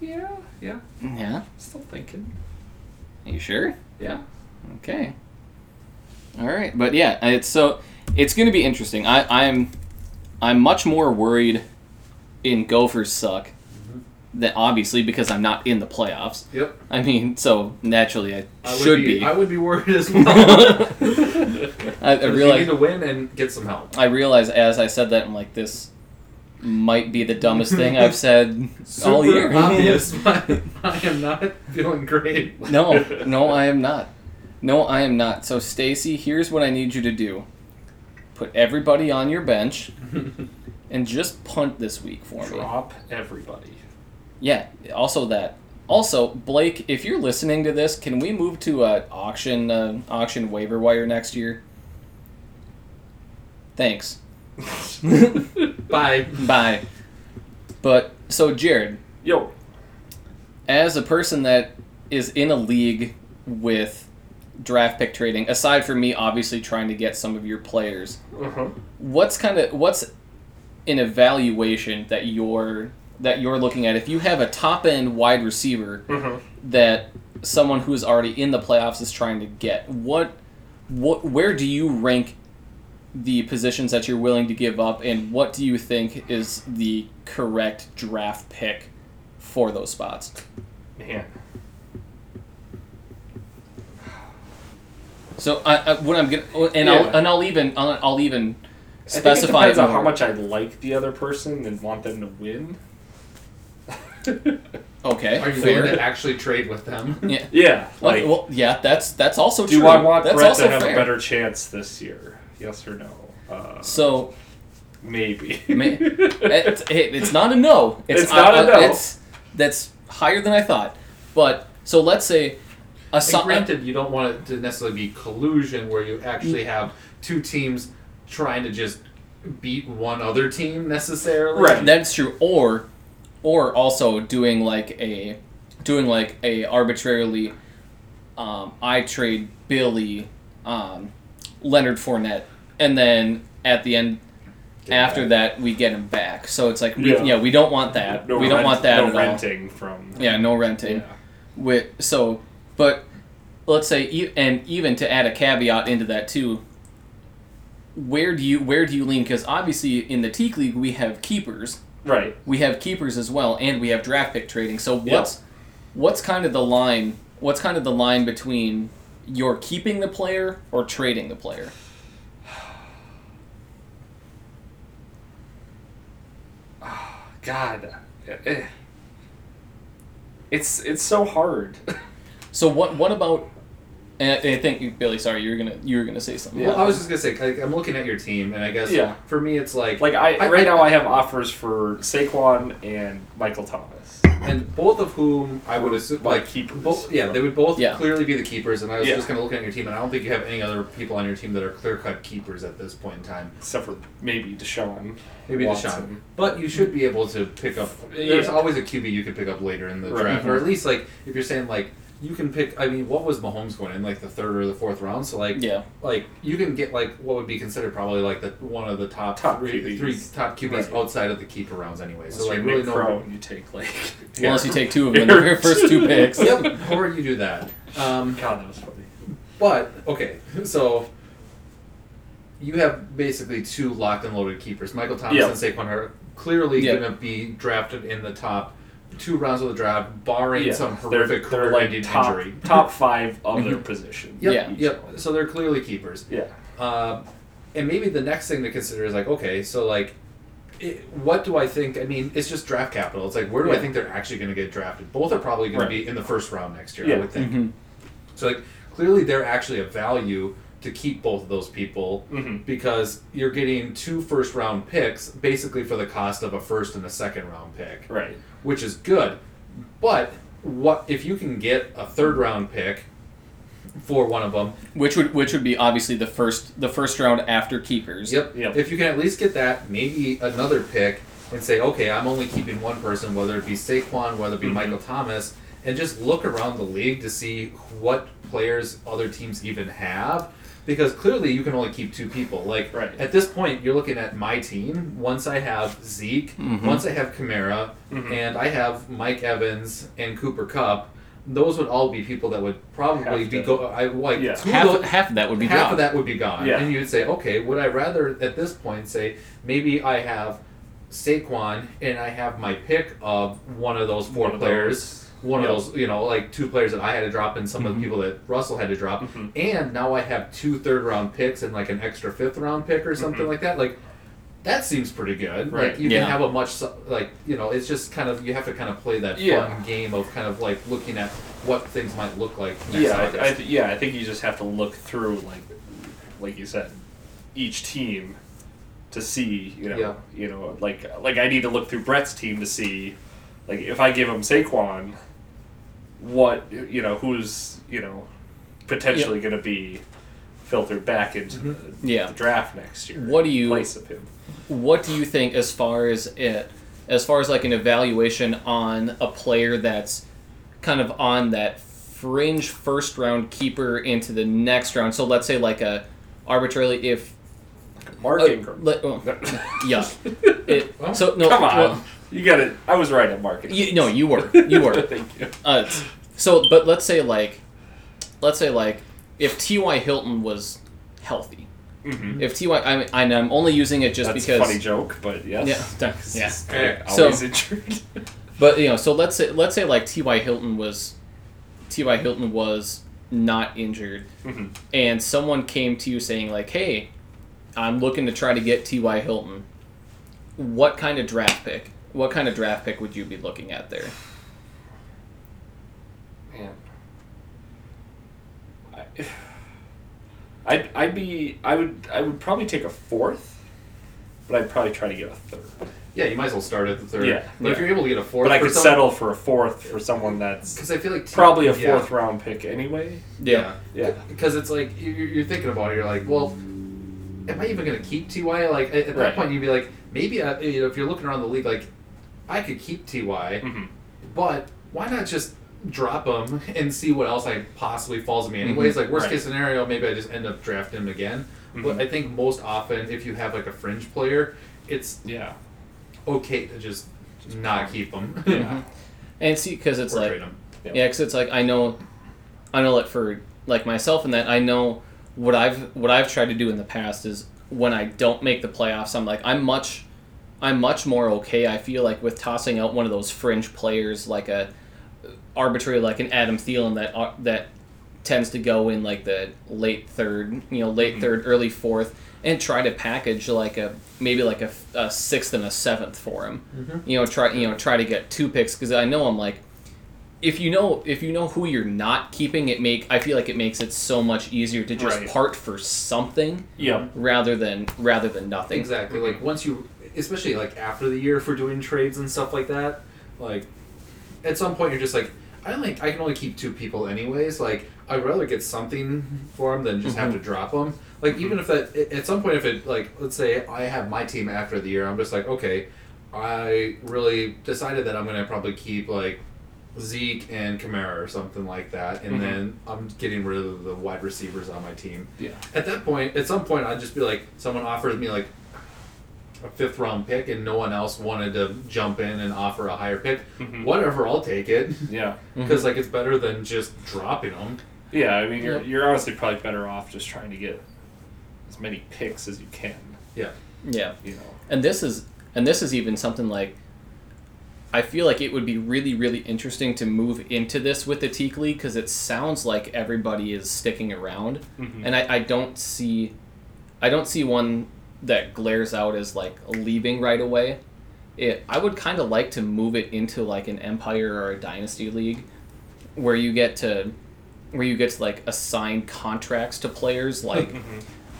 B: Yeah, yeah.
A: Yeah.
B: Still thinking.
A: Are you sure?
B: Yeah.
A: Okay. All right, but yeah, it's so it's going to be interesting. I I'm I'm much more worried in Gophers suck that obviously because I'm not in the playoffs.
C: Yep.
A: I mean, so naturally I,
C: I would
A: should
C: be,
A: be.
C: I
A: I,
C: would be worried as well.
A: I
C: I
A: realize
C: need to win and get some help.
A: I realize as I said that I'm like this might be the dumbest thing I've said
C: Super
A: all year.
C: obvious, but I am not feeling great.
A: No, no, I am not. No, I am not. So, Stacy, here's what I need you to do: put everybody on your bench and just punt this week for me.
B: Drop everybody.
A: Yeah. Also that. Also, Blake, if you're listening to this, can we move to a auction uh, auction waiver wire next year? Thanks.
C: Bye.
A: Bye. But so, Jared,
B: Yo,
A: as a person that is in a league with draft pick trading, aside from me obviously trying to get some of your players,
B: uh-huh.
A: what's kind of what's an evaluation that you're that you're looking at? If you have a top end wide receiver
B: Uh-huh.
A: that someone who is already in the playoffs is trying to get, what what where do you rank the positions that you're willing to give up and what do you think is the correct draft pick for those spots?
B: man.
A: So I, I, what I'm gonna oh, and I'll
B: Yeah.
A: and I'll even I'll, I'll even
B: I think it
A: specify
B: depends on
A: more.
B: how much I like the other person and want them to win.
A: Okay,
C: Are you
A: fair.
C: willing to actually trade with them?
A: Yeah.
B: yeah.
A: Well,
B: Like,
A: well, yeah, that's that's also
B: do
A: true.
B: I want
A: that's
B: Brett
A: also
B: to have
A: fair.
B: a better chance this year? Yes or no? Uh,
A: So
B: maybe.
A: may- it's, it- it's not a no. It's,
B: It's not
A: I-
B: a
A: I-
B: no.
A: It's, that's higher than I thought. But so let's say a
C: and granted, you don't want it to necessarily be collusion where you actually have two teams trying to just beat one other team necessarily.
B: Right.
A: that's true. Or or also doing like a doing like a arbitrarily um, I trade Billy um, Leonard Fournette and then at the end
C: Get
A: after
C: back.
A: that we get him back. So it's like we, yeah.
B: Yeah.
A: we don't want that.
B: No
A: we don't
B: rent-
A: want that
B: no
A: at all.
B: renting from.
A: Yeah, no renting.
B: Yeah.
A: With so, but let's say e- and even to add a caveat into that too. Where do you where do you lean? Because obviously in the Teak League we have keepers,
B: Right.
A: we have keepers as well, and we have draft pick trading. So
B: Yeah.
A: what's what's kind of the line? What's kind of the line between you're keeping the player or trading the player?
B: God. Eh. It's it's so hard.
A: So what what about? And I I think Billy, sorry, you were gonna you were gonna say something.
C: Well, I was just gonna say, like, I'm looking at your team, and I guess
B: Yeah.
C: for me, it's like,
B: Like I,
C: I-
B: right
C: I-
B: now I have offers for Saquon and Michael Thomas.
C: and both of whom I would assume,
B: My
C: like,
B: keepers.
C: both, yeah, they would both
A: Yeah.
C: clearly be the keepers. And I was
B: Yeah.
C: just kind of looking at your team, and I don't think you have any other people on your team that are clear cut keepers at this point in time.
B: except for maybe Deshaun.
C: Maybe Deshaun.
B: Watson.
C: But you should be able to pick up. There's
B: Yeah.
C: always a QB you could pick up later in the
B: Right. Mm-hmm.
C: draft, or at least like if you're saying like you can pick. I mean, what was Mahomes going in like the third or the fourth round? So like,
A: Yeah.
C: like you can get like what would be considered probably like the one of the top,
B: Top
C: three,
B: QBs.
C: three top QBs
B: Right.
C: outside of the keeper rounds anyway.
B: So
C: So like
B: you
C: really
B: Nick
C: no.
B: Crow, you take like.
A: Unless you take two of them in the very first two picks.
C: yep, or you do that. Um,
B: God, that was funny.
C: But okay, so you have basically two locked and loaded keepers. Michael Thomas
B: Yeah.
C: and Saquon are clearly
A: Yeah.
C: going to be drafted in the top two rounds of the draft, barring
B: Yeah,
C: some
B: they're,
C: horrific
B: they're
C: career-ending
B: like top,
C: injury.
B: top five of their position.
C: Yep,
A: Yeah.
C: yep. So they're clearly keepers.
B: Yeah.
C: Uh, and maybe the next thing to consider is like, okay, so like, it, what do I think? I mean, it's just draft capital. It's like, where do I
B: Yeah.
C: think they're actually going to get drafted? Both are probably going
B: Right.
C: to be in the first round next year, I
B: Yeah.
C: would think.
A: Mhm.
C: So like clearly they're actually a value to keep both of those people
B: Mhm.
C: because you're getting two first round picks basically for the cost of a first and a second round pick,
B: Right.
C: which is good. But what if you can get a third round pick for one of them?
A: Which would which would be obviously the first the first round after keepers.
C: Yep.
B: Yep.
C: If you can at least get that, maybe another pick and say, okay, I'm only keeping one person, whether it be Saquon, whether it be
B: Mhm.
C: Michael Thomas, and just look around the league to see what players other teams even have. Because clearly you can only keep two people. Like
B: Right.
C: at this point, you're looking at my team. Once I have Zeke,
A: Mhm.
C: once I have Kamara,
B: Mhm.
C: and I have Mike Evans and Cooper Cup, those would all be people that would probably
B: Have
C: be
B: to-
C: go. I like
B: Yeah.
C: two of
A: Half,
C: tho-
A: half of that would be
C: half
A: dropped.
C: of that would be gone.
B: Yeah.
C: And you'd say, okay, would I rather at this point say maybe I have Saquon and I have my pick of one of those four
B: One of
C: players.
B: those.
C: One
B: Yeah. Mm-hmm.
C: of those, you know, like two players that I had to drop and some of the people that Russell had to drop.
B: Mhm.
C: And now I have two third round picks and like an extra fifth round pick or something
B: Mhm.
C: like that. Like that seems pretty good.
B: Right.
C: Like you
A: Yeah.
C: can have a much so- like you know, it's just kind of you have to kind of play that
B: Yeah.
C: fun game of kind of like looking at what things might look like. Next
B: Yeah, I,
C: August.
B: I th- yeah, I think you just have to look through like, like you said, each team to see you know
C: Yeah.
B: you know like like I need to look through Brett's team to see like if I give him Saquon, what you know who's you know potentially going to be filtered back into
C: Mm-hmm.
B: the,
A: Yeah.
B: the draft next year.
A: What do you-
B: in place of him?
A: what do you think as far as it as far as like an evaluation on a player that's kind of on that fringe first round keeper into the next round so let's say like a arbitrarily if
B: Mark
A: uh,
B: Ingram.
A: let- oh, yeah It-
C: Well,
A: so no
B: Come on,
A: well,
B: you got it. I was right on Mark Ingram.
A: you, no you were you were
B: Thank you.
A: uh, so but let's say like let's say like if ty hilton was healthy
B: Mhm.
A: if ty I mean, and i'm only using it just
B: That's
A: because
B: a funny joke, but yes.
A: Yeah. Yeah.
B: They're
A: So-
B: Always injured.
A: But you know, so let's say let's say like T.Y. Hilton was T.Y. Hilton was not injured
B: Mhm.
A: and someone came to you saying like, "Hey, I'm looking to try to get T.Y. Hilton." What kind of draft pick? What kind of draft pick would you be looking at there?
B: Man. I, I'd, I'd be I would I would probably take a fourth, but I'd probably try to get a third.
C: Yeah, you might as well start at the third.
B: Yeah.
C: But if
A: Yeah.
C: you're able to get a fourth,
B: But I could settle for a fourth for someone that's
C: because I feel like t-
B: probably a
C: yeah,
B: fourth round pick anyway.
C: Yeah,
B: Yeah.
C: because it's like you're, you're thinking about it. You're like, well, am I even going to keep Ty? Like at, at
B: Right.
C: that point, you'd be like, maybe I, you know, if you're looking around the league, like I could keep Ty,
B: Mhm.
C: but why not just drop him and see what else like possibly falls to me anyways like worst
B: Mm-hmm. Right.
C: case scenario maybe i just end up drafting him again
B: Mhm.
C: but i think most often if you have like a fringe player it's
B: Yeah.
C: okay to just not keep him
A: Mm-hmm.
B: Yeah.
A: And see, because it's
C: or
A: like
C: trade him
B: Yeah.
A: Yeah, because it's like I know, I know like for like myself and that I know what I've what I've tried to do in the past is when I don't make the playoffs, I'm like I'm much, I'm much more okay. I feel like with tossing out one of those fringe players like a arbitrary like an Adam Thielen that ar- that tends to go in like the late third, you know, late third, early fourth, and try to package like a maybe like a, a sixth and a seventh for him. You know, try you know try to get two picks because I know I'm like if you know if you know who you're not keeping it make i feel like it makes it so much easier to just
B: Right.
A: part for something
B: Yeah.
A: rather than rather than nothing
C: Exactly. Like once you, especially like after the year for doing trades and stuff like that, like at some point you're just like, I only I can only keep two people anyways. Like I'd rather get something for them than just have to drop them. Like even if that at- at some point if it like let's say I have my team after the year, I'm just like okay, I really decided that I'm gonna probably keep like. Zeke and Kamara or something like that, and
B: Mhm.
C: then I'm getting rid of the wide receivers on my team
B: Yeah.
C: at that point, at some point, I'd just be like, someone offers me like a fifth round pick, and no one else wanted to jump in and offer a higher pick.
B: Mhm.
C: Whatever, I'll take it
B: Yeah.
C: because like it's better than just dropping them.
B: Yeah. I mean, you're
A: Yep.
B: you're honestly probably better off just trying to get as many picks as you can.
C: Yeah,
A: yeah
B: You know.
A: and this is and this is even something like i feel like it would be really really interesting to move into this with the teak league because it sounds like everybody is sticking around
B: Mhm.
A: and I, I don't see i don't see one that glares out as like leaving right away it i would kind of like to move it into like an empire or a dynasty league where you get to where you get to like assign contracts to players like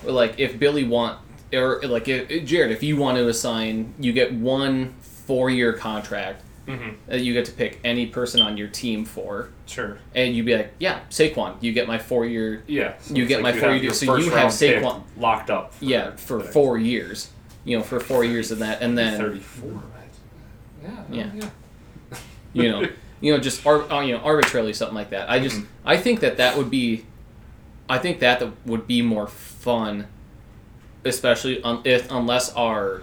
A: or, like if billy want or like if, jared if you want to assign you get one four year contract
B: Mhm.
A: that you get to pick any person on your team for
B: Sure.
A: and you'd be like yeah saquon you get my four year
B: Yeah. so
A: You
B: it's
A: get my
B: you
A: four
B: have
A: year-
B: your
A: so you
B: first
A: have
B: round pick
A: Saquon.
B: locked up.
A: yeah for
B: the next-
A: four years you know for four years of that and then
B: 34. Yeah.
A: Yeah.
B: yeah.
A: you know, you know, just ar- uh, you know, arbitrarily something like that. I just, I think that that would be, I think that that would be more fun, especially un- if unless our,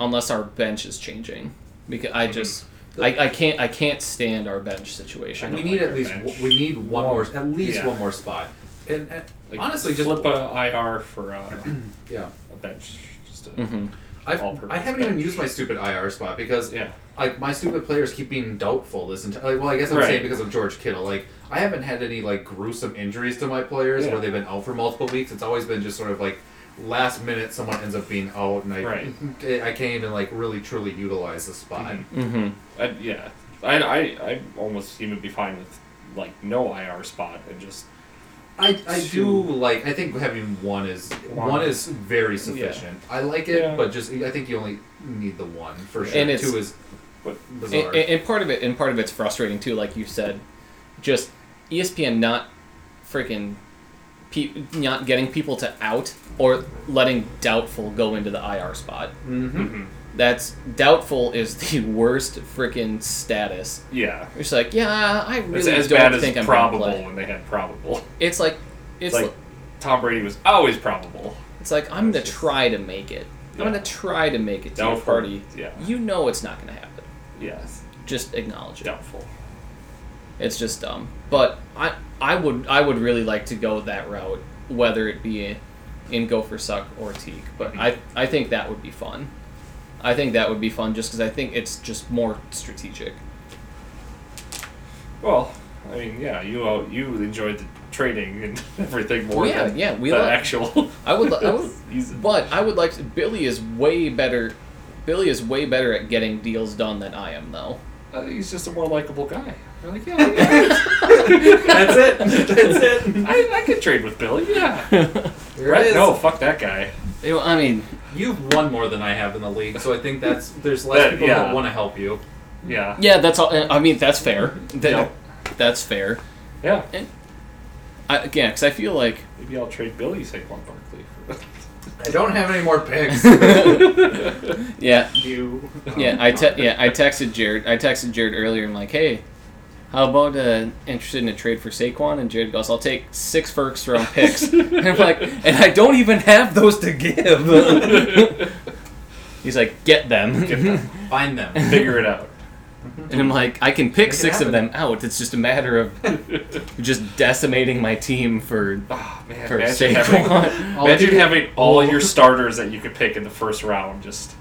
A: unless our bench is changing, because I just, I, I can't, I can't stand our bench situation.
C: we
B: don't
C: need
B: like
C: at
B: our
C: least
B: bench.
C: we need one more, at least
B: Yeah.
C: one more spot. And, and
B: Like,
C: honestly, just
B: flip a IR for uh,
C: yeah,
B: a bench. Just a,
A: hmm
C: I've,
B: All-purpose
C: I haven't even
B: bench.
C: used my stupid IR spot because
B: Yeah.
C: like my stupid players keep being doubtful this entire. Like, well, I guess I'm
B: Right.
C: saying because of George Kittle. Like I haven't had any like gruesome injuries to my players
B: Yeah.
C: where they've been out for multiple weeks. It's always been just sort of like last minute someone ends up being out, and I
B: Right.
C: I can't even like really truly utilize the spot.
B: Mhm.
A: hmm
B: i yeah. I I I almost even be fine with like no IR spot and just
C: I, I do
B: Two.
C: like I think having one is one,
B: One.
C: is very sufficient. I like it,
B: Yeah.
C: but just I think you only need the one for sure.
A: And it's-
C: Two is
B: but
C: bizarre.
A: and, and- and part of it and part of it's frustrating too like you said just E espn not freaking pe- not getting people to out or letting doubtful go into the ir spot
C: hmm
A: that's doubtful is the worst freaking status
B: yeah.
A: it's like yeah i really
B: It's as
A: don't
B: bad
A: think
B: as
A: i'm
B: probable
A: gonna play.
B: when they had probable.
A: it's like
B: It's
A: it's
B: like Tom Brady was always probable.
A: it's like i'm gonna try to make it i'm
B: Yeah.
A: gonna try to make it to your
B: Doubtful.
A: party
B: Yeah.
A: you know it's not gonna happen
B: Yes.
A: just acknowledge it
B: Doubtful.
A: It's just dumb. But I I would I would really like to go that route, whether it be in Gopher Suck or Teak. But I I think that would be fun. I think that would be fun just because I think it's just more strategic.
B: Well, I mean, yeah, you all, you enjoyed the trading and everything more
A: Well, yeah,
B: than
A: yeah, we
B: the
A: love-
B: actual.
A: I would, li- I would
B: season.
A: but I would like to. Billy is way better. Billy is way better at getting deals done than I am, though.
B: I think he's just a more likable guy. You're like, yeah, yeah.
C: That's it. That's it.
B: I, I could trade with Billy. Yeah.
C: There it
B: Brett,
C: is.
B: no, fuck that guy.
A: You know, I mean,
C: You've won more than I have in the league, so I think that's there's less
B: That-
C: people
B: yeah.
C: that want to help you.
B: Yeah.
A: yeah, that's all. I mean, that's fair. That, That's fair.
B: Yeah.
A: I, again, because I feel like
B: Maybe I'll trade Billy Saquon Barkley.
C: I don't have any more picks.
A: yeah,
C: you.
A: Yeah, I te- yeah I texted Jared. I texted Jared earlier. I'm like, hey, how about uh, interested in a trade for Saquon? And Jared goes, I'll take six first round picks. and I'm like, and I don't even have those to give. He's like, get them.
B: Get them.
C: Find them.
B: Figure it out.
A: And I'm like, I can pick
C: Make it
A: six of
C: happen."
A: them out. It's just a matter of just decimating my team for
B: Oh, man,
A: for Saquon.
B: imagine having,
C: All
B: imagine
C: your-
B: having all
C: all-
B: your starters that you could pick in the first round. Just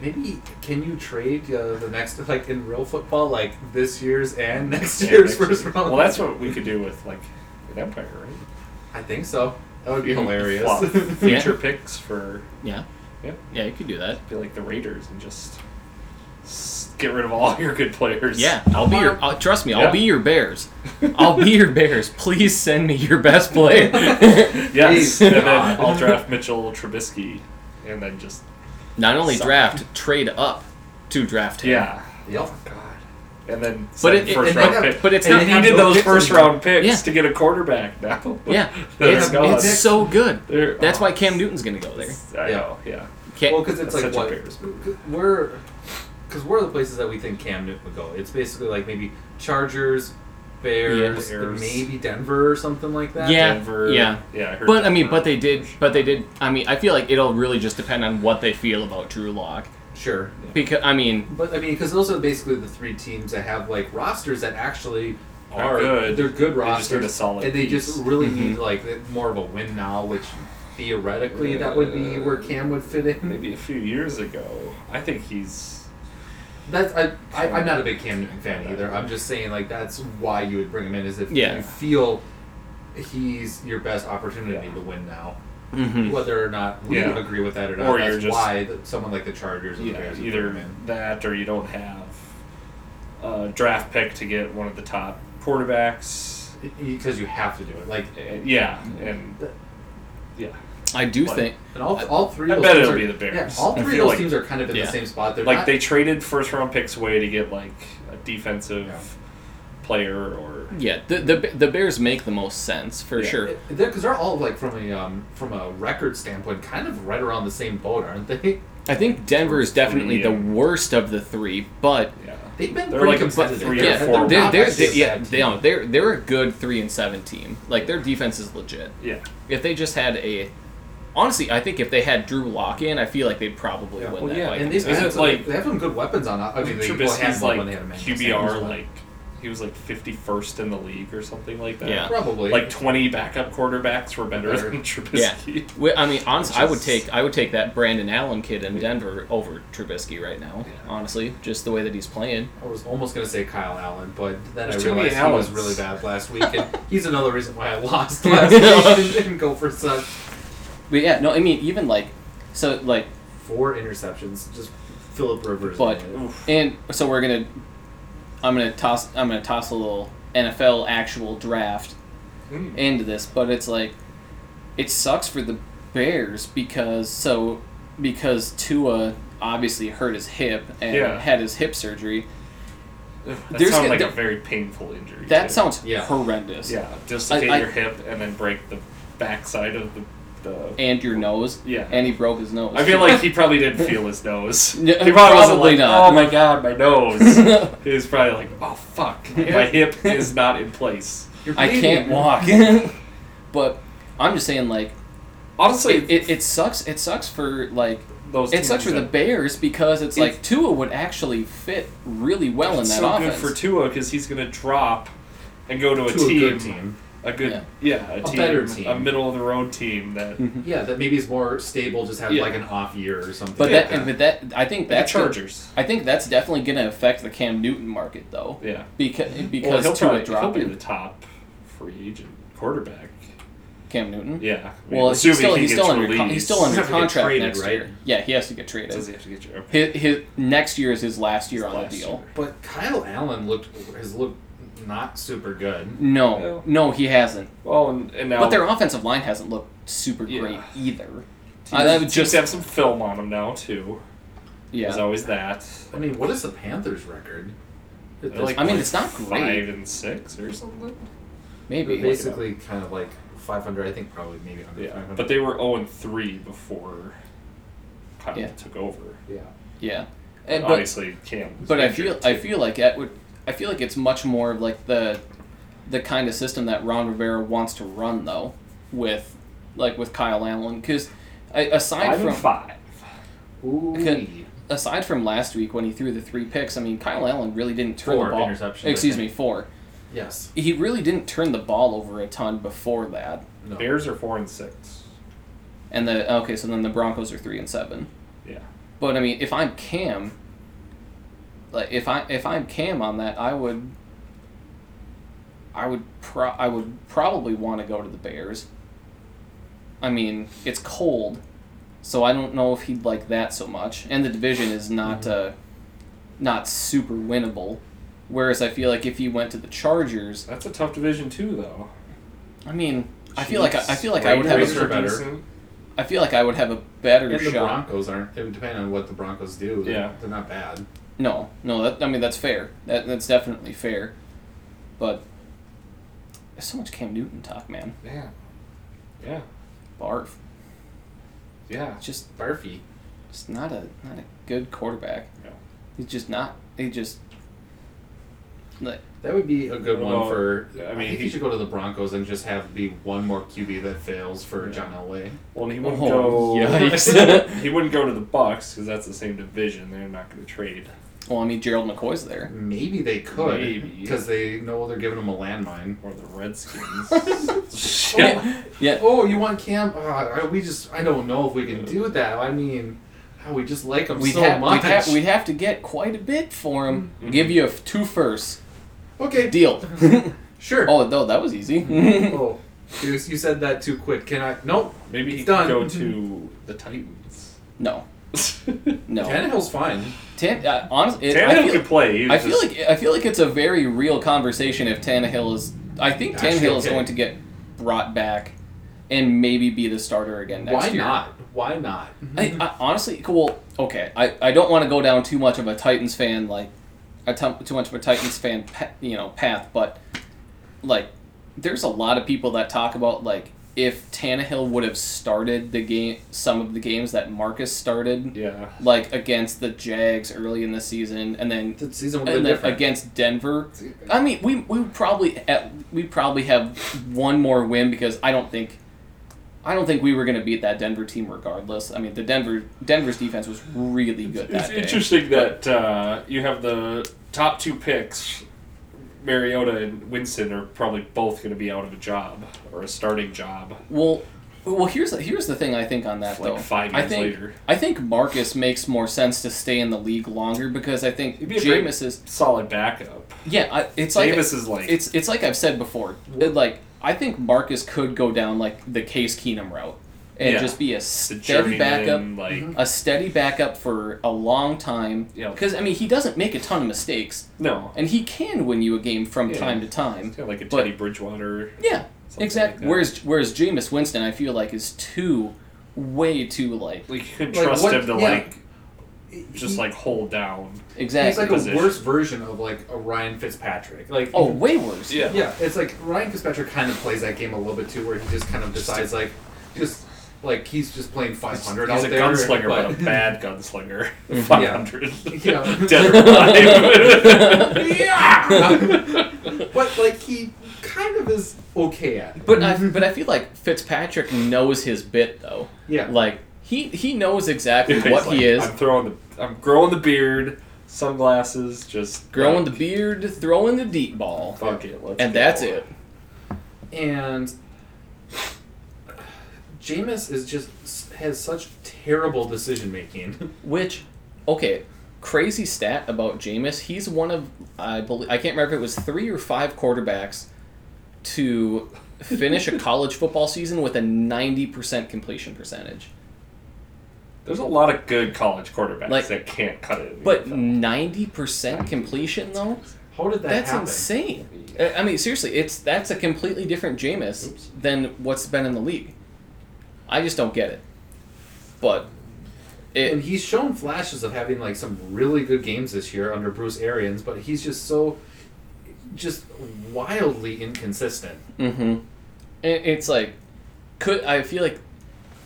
C: Maybe can you trade uh, the next like in real football like this year's and next
B: Yeah,
C: year's
B: next
C: first
B: year.
C: round?
B: Well, that's what we could do with like an empire, right?
C: I think so. That would be hilarious.
B: Flop Future picks for
A: yeah,
B: yeah,
A: yeah, you could do that.
B: be like the Raiders and just s- get rid of all your good players.
A: Yeah, I'll be your. I'll, trust me, I'll
B: Yeah.
A: be your Bears. I'll be your Bears. Please send me your best player.
B: Yes,
C: Jeez.
B: and then
C: God.
B: I'll draft Mitchell Trubisky, and then just
A: Not only
B: Suck.
A: draft, trade up to draft him.
B: yeah,
C: Yep.
B: God, and then
A: But
B: send
A: it- it-
B: first
A: and
B: round
C: they got-
B: pick.
A: but it's
B: They
A: not-
B: needed
C: those
B: those
C: picks
B: first
C: anymore.
B: round picks
A: Yeah.
B: to get a quarterback now.
A: Yeah,
B: They're
A: it's,
B: gone.
A: it's so good.
B: They're-
A: That's
B: oh.
A: why Cam Newton's gonna go there.
B: I
C: Yeah.
B: know, yeah.
A: Ca-
C: Well, because it's
B: That's such
C: like what
B: a Bears
C: we're because we're the places that we think Cam Newton would go. It's basically like maybe Chargers, Bears,
B: Yeah, Bears.
C: maybe Denver or something like that.
A: Yeah,
B: Denver,
A: yeah.
B: yeah. heard
A: but I mean,
B: Denver.
A: but they did. But they did. I mean, I feel like it'll really just depend on what they feel about Drew Lock.
C: sure.
A: Because I mean,
C: But I mean, because those are basically the three teams that have like rosters that actually
B: Are
C: are
B: good.
C: They're good
B: They
C: rosters,
B: just need a solid
C: and they just
B: piece. Mm-hmm.
C: really need like more of a win now, which theoretically that would be where Cam would fit in.
B: maybe a few years ago. I think he's
C: That's I, I I'm not a big Cam Newton fan either. I'm just saying like that's why you would bring him in is if
A: Yeah.
C: you feel he's your best opportunity
B: Yeah.
C: to win now.
B: Mm-hmm.
A: mhm.
C: Whether or not we
B: Mm. Yeah.
C: agree with that or not,
B: Or
C: that's
B: you're just-
C: why the, someone like the Chargers or the
B: yeah,
C: Bears would bring
B: either
C: him in.
B: that or you don't have a draft pick to get one of the top quarterbacks.
C: because you have to do it. Like
B: And- yeah, and yeah,
A: I do
B: But-
A: think.
C: And all, all three.
B: I
C: of those
B: bet
C: teams
B: it'll
C: are-
B: be the Bears.
C: Yeah, all
B: I
C: three of
B: feel
C: those
B: like-
C: teams are kind of in
A: yeah.
C: the same spot. They're
B: like
C: not,
B: they traded first round picks away to get like a defensive
C: Yeah.
B: player or
C: receiver.
A: Yeah, the the the Bears make the most sense for sure.
C: Because they're all like from a um, from a record standpoint, kind of right around the same boat, aren't they?
A: I think Denver is definitely the worst of the three, but
B: Yeah.
C: They've been
B: They're
C: pretty
B: like a
C: competitive.
B: three or
A: yeah,
B: four.
A: they're, they're,
C: not
A: they're,
C: actually a
A: yeah,
C: bad
A: they
C: team.
A: don't- they're they're a good three and seven team. Like their defense is legit.
B: Yeah.
A: If they just had a, honestly, I think if they had Drew Lock in, I feel like they'd probably
B: Yeah,
A: win
B: well,
A: that
B: yeah,
A: fight.
C: and they've
B: Isn't
C: had
B: it
C: some,
B: like-
C: they have some good weapons on. I mean, they well, had
B: Trubisky's
C: one
B: like
C: when they had a man
B: QBR like he was like fifty first in the league or something like that.
A: Yeah.
C: probably
B: Like twenty backup quarterbacks were better,
C: Better.
B: than
A: yeah,
B: Trubisky.
A: Well, I mean, honestly,
B: Which
A: I would
B: is-
A: take I would take that Brandon Allen kid in Denver over Trubisky right now.
B: Yeah.
A: Honestly, just the way that he's playing.
C: I was almost gonna say Kyle Allen, but then
B: There's
C: I
B: too many
C: realized he was
B: Allens.
C: really bad last week, and he's another reason why I lost last week and didn't go for some
A: But yeah, no, I mean, even like, so like
C: four interceptions. Just Philip Rivers.
A: But-
C: man.
B: Oof.
A: And so we're gonna, I'm gonna toss, I'm gonna toss a little NFL actual draft
B: Mm.
A: into this, but it's like, it sucks for the Bears because so because Tua obviously hurt his hip and
B: Yeah.
A: had his hip surgery.
B: That
A: There's
B: sounds
A: gonna-
B: like a
A: that-
B: very painful injury.
A: That
B: too.
A: sounds
C: Yeah.
A: horrendous.
B: Yeah, dislocate
A: I- I-
B: your hip and then break the backside of the. the
A: And your nose.
B: Yeah.
A: And he broke his nose.
B: I feel like he probably didn't feel his nose.
A: Yeah,
B: he probably wasn't
A: probably
B: like,
A: not.
B: oh my god, my nose. he was probably like, oh fuck, my hip is not in place.
C: You're
A: I
C: bleeding,
A: can't
C: man.
A: walk. but I'm just saying, like,
B: Honestly,
A: it, it, it sucks. It sucks for like
B: those
A: It sucks
B: teams
A: for the
B: that-
A: Bears because it's like
B: It's-
A: Tua would actually fit really well in
B: It's
A: that
B: so
A: offense.
B: good for Tua because he's going to drop and go to,
C: To
B: a, team,
C: good team.
B: a good,
A: Yeah.
B: yeah, a,
C: A
B: team,
C: better team.
B: a middle of the road team that
A: Mm-hmm.
C: Yeah, that maybe is more stable. Just have
B: Yeah.
C: like an off year or something.
A: but
B: Yeah.
A: that, and but that, I think
B: the
A: that's
B: Chargers.
A: I think that's definitely going to affect the Cam Newton market though,
B: Yeah,
A: because
B: well,
A: because
B: he'll
A: Tua
B: probably he'll be
A: dropping
B: the top free agent quarterback.
A: Cam Newton.
B: Yeah, I mean,
A: Well, he's
B: assuming
A: still
B: he
A: he's
B: gets
A: still under con-
B: released.
A: he's still under
C: He's gonna get
A: contract
C: traded,
A: next
C: right?
A: year. Yeah, he has to get traded.
B: Does he have to get your?
A: His, his next year is his last year
B: His
A: on
B: last
A: the deal.
B: year.
C: But Kyle Allen looked has looked not super good.
A: No, no, he hasn't.
B: Well, and, and now
A: But their offensive line hasn't looked super
B: Yeah.
A: great either.
B: teams,
A: I, I would
B: teams
A: just
B: have some film on him now too. There's
A: yeah.
B: always that.
C: I mean, what is the Panthers' record? It's
B: They're like-
A: I mean, it's not great.
B: Five and six or something.
A: Maybe
C: basically kind of like 500. I think probably maybe under
B: Yeah,
A: Uh-huh.
C: 500.
B: but they were zero and three before Kyle
A: Yeah.
B: took over.
C: yeah,
A: yeah. And- but-
B: Obviously, Cam. was
A: But I
B: injured,
A: feel I
B: too.
A: feel like that would I feel like it's much more of like the the kind of system that Ron Rivera wants to run though with like with Kyle Allen because aside
B: five
A: from
B: and five.
C: Ooh,
A: Okay. aside from last week when he threw the three picks I mean Kyle Allen really didn't turn
C: Four
A: the ball
C: interceptions, I
A: excuse me
C: think.
A: four
C: yes,
A: he really didn't turn the ball over a ton before that
C: no.
B: Bears are four and six.
A: and the okay so then the Broncos are three and seven
B: Yeah.
A: But I mean, if I'm Cam, like if I if I'm Cam on that, I would. I would pro- I would probably want to go to the Bears. I mean, it's cold, so I don't know if he'd like that so much. And the division is not uh,
C: Mm-hmm.
A: not super winnable. Whereas I feel like if he went to the Chargers,
B: That's a tough division too, though.
A: I mean, I feel like I, I feel like I would have
C: Raiders
A: a,
C: are better.
B: decent.
A: I feel like I would have a better
C: And the
A: shot.
C: Broncos aren't. It would depend on what the Broncos do. They're-
B: Yeah.
C: they're not bad.
A: No, no. That, I mean, that's fair. That that's definitely fair. But there's so much Cam Newton talk, man.
B: Yeah. Yeah.
A: Barf.
B: Yeah.
A: It's Just,
C: Barfy.
A: just not a not a good quarterback.
B: No.
A: He's just not. He just. Like,
C: That would be a good
B: Well,
C: one for.
B: I mean,
C: I think he,
B: he-
C: should go to the Broncos and just have be one more QB that fails for
B: Yeah.
C: John Elway.
B: Well, and he wouldn't
A: Oh,
B: go.
A: yikes.
B: he wouldn't go to the Bucks because that's the same division. They're not going to trade.
A: well, I mean, Gerald McCoy's there.
C: Maybe they could
B: Maybe.
C: because they know they're giving him a landmine.
B: Or the Redskins. Shit.
A: Yeah.
C: Oh, you want Cam? Ah, we just I don't know if we can do that. I mean, ah, we just like him
A: We'd,
C: so
A: have,
C: much.
A: we'd, have, we'd have to get quite a bit for him. Give you a f- two firsts.
C: okay,
A: Deal.
C: sure.
A: oh, no, that was easy.
C: Oh, you, you said that too quick. Can I? Nope.
B: Maybe he
C: It's done.
B: could go to the Titans.
A: no, no.
C: Tannehill's fine.
A: Tan- uh, honestly, it- I
B: Tannehill
A: feel-
B: could play. he
A: I
B: was
A: feel
B: just-
A: like I feel like it's a very real conversation if Tannehill is. I think
C: Actually,
A: Tannehill is
C: okay.
A: going to get brought back, and maybe be the starter again next
C: Why
A: year. Mm-hmm.
C: not? Mm-hmm. Why not?
A: I, I, honestly, well, okay. I, I don't want to go down too much of a Titans fan like, a t- too much of a Titans fan, pa- you know, path. But like there's a lot of people that talk about like if Tannehill would have started the game, some of the games that Marcus started,
B: Yeah.
A: like against the Jags early in the season, and then
C: The season would have
A: and
C: been
A: then
C: different.
A: against Denver. I mean, we we would probably at, we probably have one more win because I don't think I don't think we were going to beat that Denver team regardless. I mean, the Denver Denver's defense was really good
B: It's
A: that day.
B: interesting that uh, you have the top two picks. Mariota and Winston are probably both going to be out of a job or a starting job.
A: Well, well, here's the, here's the thing I think on that
B: Like
A: though.
B: five
A: I
B: years
A: think
B: later.
A: I think Marcus makes more sense to stay in the league longer because I think
B: He'd be a great-
A: Jameis is
B: Solid backup.
A: yeah. I, it's like
B: Davis is like
A: it's it's like I've said before. it, like I think Marcus could go down like the Case Keenum route and
B: Yeah.
A: just be a
B: the
A: steady backup, Mm-hmm.
B: journeyman. Like
A: a steady backup for a long time.
B: Yeah.
A: Because I mean, he doesn't make a ton of mistakes,
B: no,
A: and he can win you a game from
B: Yeah.
A: time to time.
B: kind of like a
A: But-
B: Teddy Bridgewater.
A: Yeah,
B: Something like
A: exactly.
B: that.
A: whereas whereas Jameis Winston, I feel like is too, way too like
B: Like you can
C: Like,
B: trust
C: what-
B: him to
C: yeah.
B: like just
C: He-
B: like hold down.
C: he's
A: exactly.
C: like a
B: position.
C: worse version of like a Ryan Fitzpatrick. Like
A: oh, way worse.
B: Yeah.
C: Yeah, it's like Ryan Fitzpatrick kind of plays that game a little bit too, where he just kind of decides like, just like he's just playing 500
B: He's
C: out
B: a
C: there.
B: gunslinger, but,
C: but
B: a bad gunslinger. Five hundred,
C: Yeah.
B: dead or alive.
C: yeah, but like he kind of is okay at. It.
A: But I but I feel like Fitzpatrick knows his bit though.
C: Yeah.
A: Like he he knows exactly
B: He's
A: what
B: like,
A: he is.
B: I'm throwing the. I'm growing the beard, sunglasses, just uh,
A: growing the
B: like,
A: beard, throwing the deep ball,
B: Fuck it, let's
A: and
B: go.
A: that's it.
C: and Jameis is just has such terrible decision making.
A: Which, okay, crazy stat about Jameis. He's one of I believe I can't remember if it was three or five quarterbacks to finish a college football season with a ninety percent completion percentage.
B: There's a lot of good college quarterbacks
A: Like-
B: that can't cut it. in the
A: But
B: NFL.
A: ninety percent completion though.
C: How did that
A: That's
C: happen?
A: insane. I I mean, seriously, it's that's a completely different Jameis
B: Oops.
A: than what's been in the league. I just don't get it. But
C: And
A: it,
C: he's shown flashes of having like some really good games this year under Bruce Arians, but he's just so just wildly inconsistent.
A: hmm it it's like could I feel like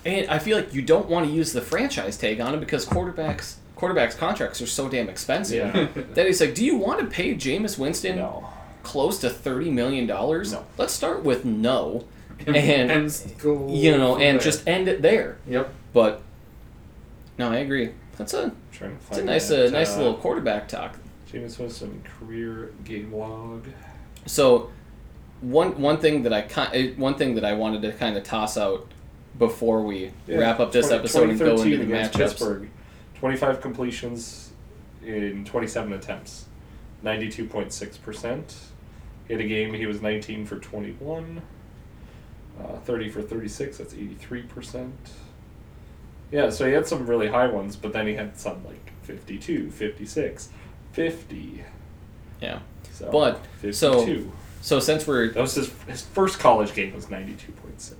A: and I feel like you don't want to use the franchise tag on it because quarterbacks quarterbacks contracts are so damn expensive.
B: Yeah.
A: That it's like, do you want to pay Jameis Winston
B: no.
A: close to thirty million dollars?
B: No.
A: Let's start with no, And-
C: go
A: you know,
C: from
A: and
C: there.
A: just end it there.
C: yep.
A: But no, I agree. That's a
B: Trying to
A: It's a
B: find
A: nice,
B: that,
A: uh, nice
B: uh,
A: little quarterback talk.
B: James Winston career game log.
A: So, one one thing that I ki- uh, one thing that I wanted to kind of toss out before we wrap up this
B: 20- 20
A: episode and go into
B: 2013
A: the
B: against
A: matchups.
B: Pittsburgh, twenty-five completions in twenty-seven attempts, ninety-two point six percent. Hit a game. He was nineteen for twenty-one. Uh, Thirty for thirty-six. That's eighty-three percent. Yeah, so he had some really high ones, but then he had some like 52, 56, 50.
A: Yeah.
B: So
A: But,
B: 52.
A: so- So since we're
B: that was his, his first college game was 92.6.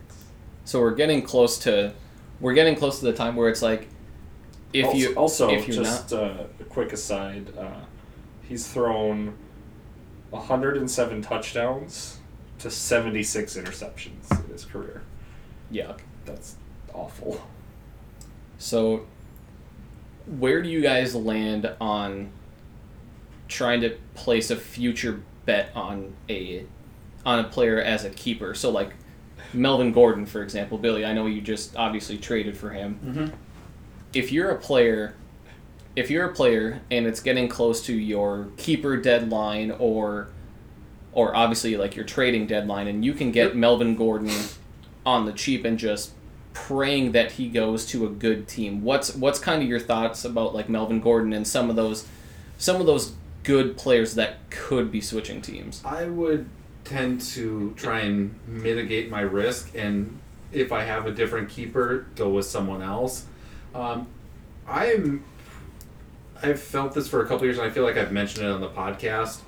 A: so we're getting close to we're getting close to the time where it's like if
B: also,
A: you
B: also
A: if you're
B: just uh, a quick aside, uh, he's thrown 107 touchdowns to 76 interceptions in his career.
A: not yuck.
B: That's awful.
A: So where do you guys land on trying to place a future bet on a on a player as a keeper? So like Melvin Gordon, for example, Billy, I know you just obviously traded for him. If you're a player if you're a player and it's getting close to your keeper deadline or or obviously like your trading deadline and you can get Melvin Gordon on the cheap and just praying that he goes to a good team. What's what's kind of your thoughts about like Melvin Gordon and some of those some of those good players that could be switching teams?
C: I would tend to try and mitigate my risk, and if I have a different keeper, go with someone else. Um, I'm. I've felt this for a couple years, and I feel like I've mentioned it on the podcast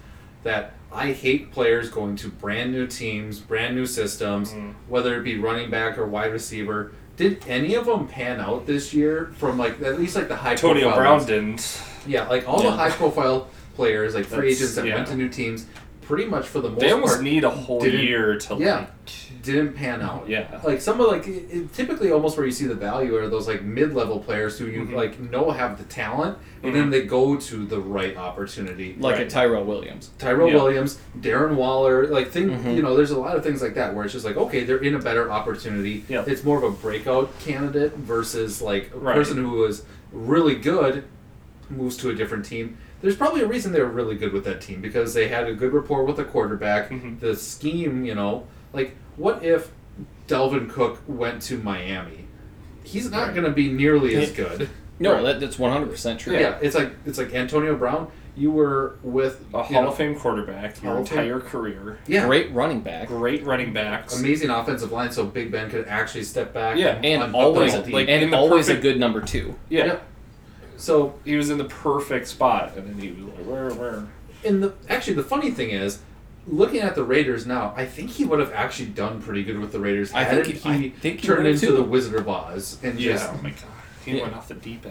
C: that I hate players going to brand new teams, brand new systems, whether it be running back or wide receiver. Did any of them pan out this year? From like at least like the high
B: Antonio
C: profile
B: Brown
C: ones?
B: didn't.
C: Yeah, like all
A: Yeah.
C: the high profile players, like free
B: That's-
C: agents that
B: yeah.
C: went to new teams, pretty much for the most
B: They almost
C: part
B: need a whole
C: didn't-
B: year to
C: yeah.
B: like.
C: didn't pan out.
B: Yeah.
C: Like some of like it, it- typically almost where you see the value are those like mid level players who you
B: Mhm.
C: like know have the talent and
B: Mm-hmm.
C: then they go to the right opportunity.
A: like
B: Right.
A: a Tyrell Williams.
C: Tyrell
B: Yeah. Mm-hmm.
C: Williams, Darren Waller, like thing
A: Mhm.
C: you know, there's a lot of things like that where it's just like, okay, they're in a better opportunity.
B: Yeah.
C: It's more of a breakout candidate versus like a
B: Right.
C: person who was really good moves to a different team. There's probably a reason they were really good with that team because they had a good rapport with the quarterback.
B: Mhm.
C: The scheme, you know, like what if Delvin Cook went to Miami? He's not
B: Right.
C: going to be nearly as
A: Yeah.
C: good.
A: No,
B: Right.
A: that, that's one hundred percent true.
C: Yeah. it's like it's like Antonio Brown. You were with
B: A
C: you
B: Hall
C: know,
B: of Fame quarterback your
C: Hall of Fame.
B: entire career.
C: yeah,
A: Great running back.
B: Great running backs.
C: amazing offensive line, so Big Ben could actually step back.
B: Yeah,
A: And
C: unbuckle
A: always
C: the-
B: like- in
A: and
B: the
A: always
B: perfect-
A: a good number two.
B: Yeah.
C: yeah. So
B: He was in the perfect spot, and then he was like, where, where?
C: in the actually the funny thing is, looking at the Raiders now, I think he would have actually done pretty good with the Raiders.
A: I
C: had
A: think he-
C: he,
A: I think he
C: turned
A: would
C: into
A: too.
C: the Wizard of Oz and
B: Yeah.
C: just
B: Oh my god. He
A: Yeah.
B: went off the deep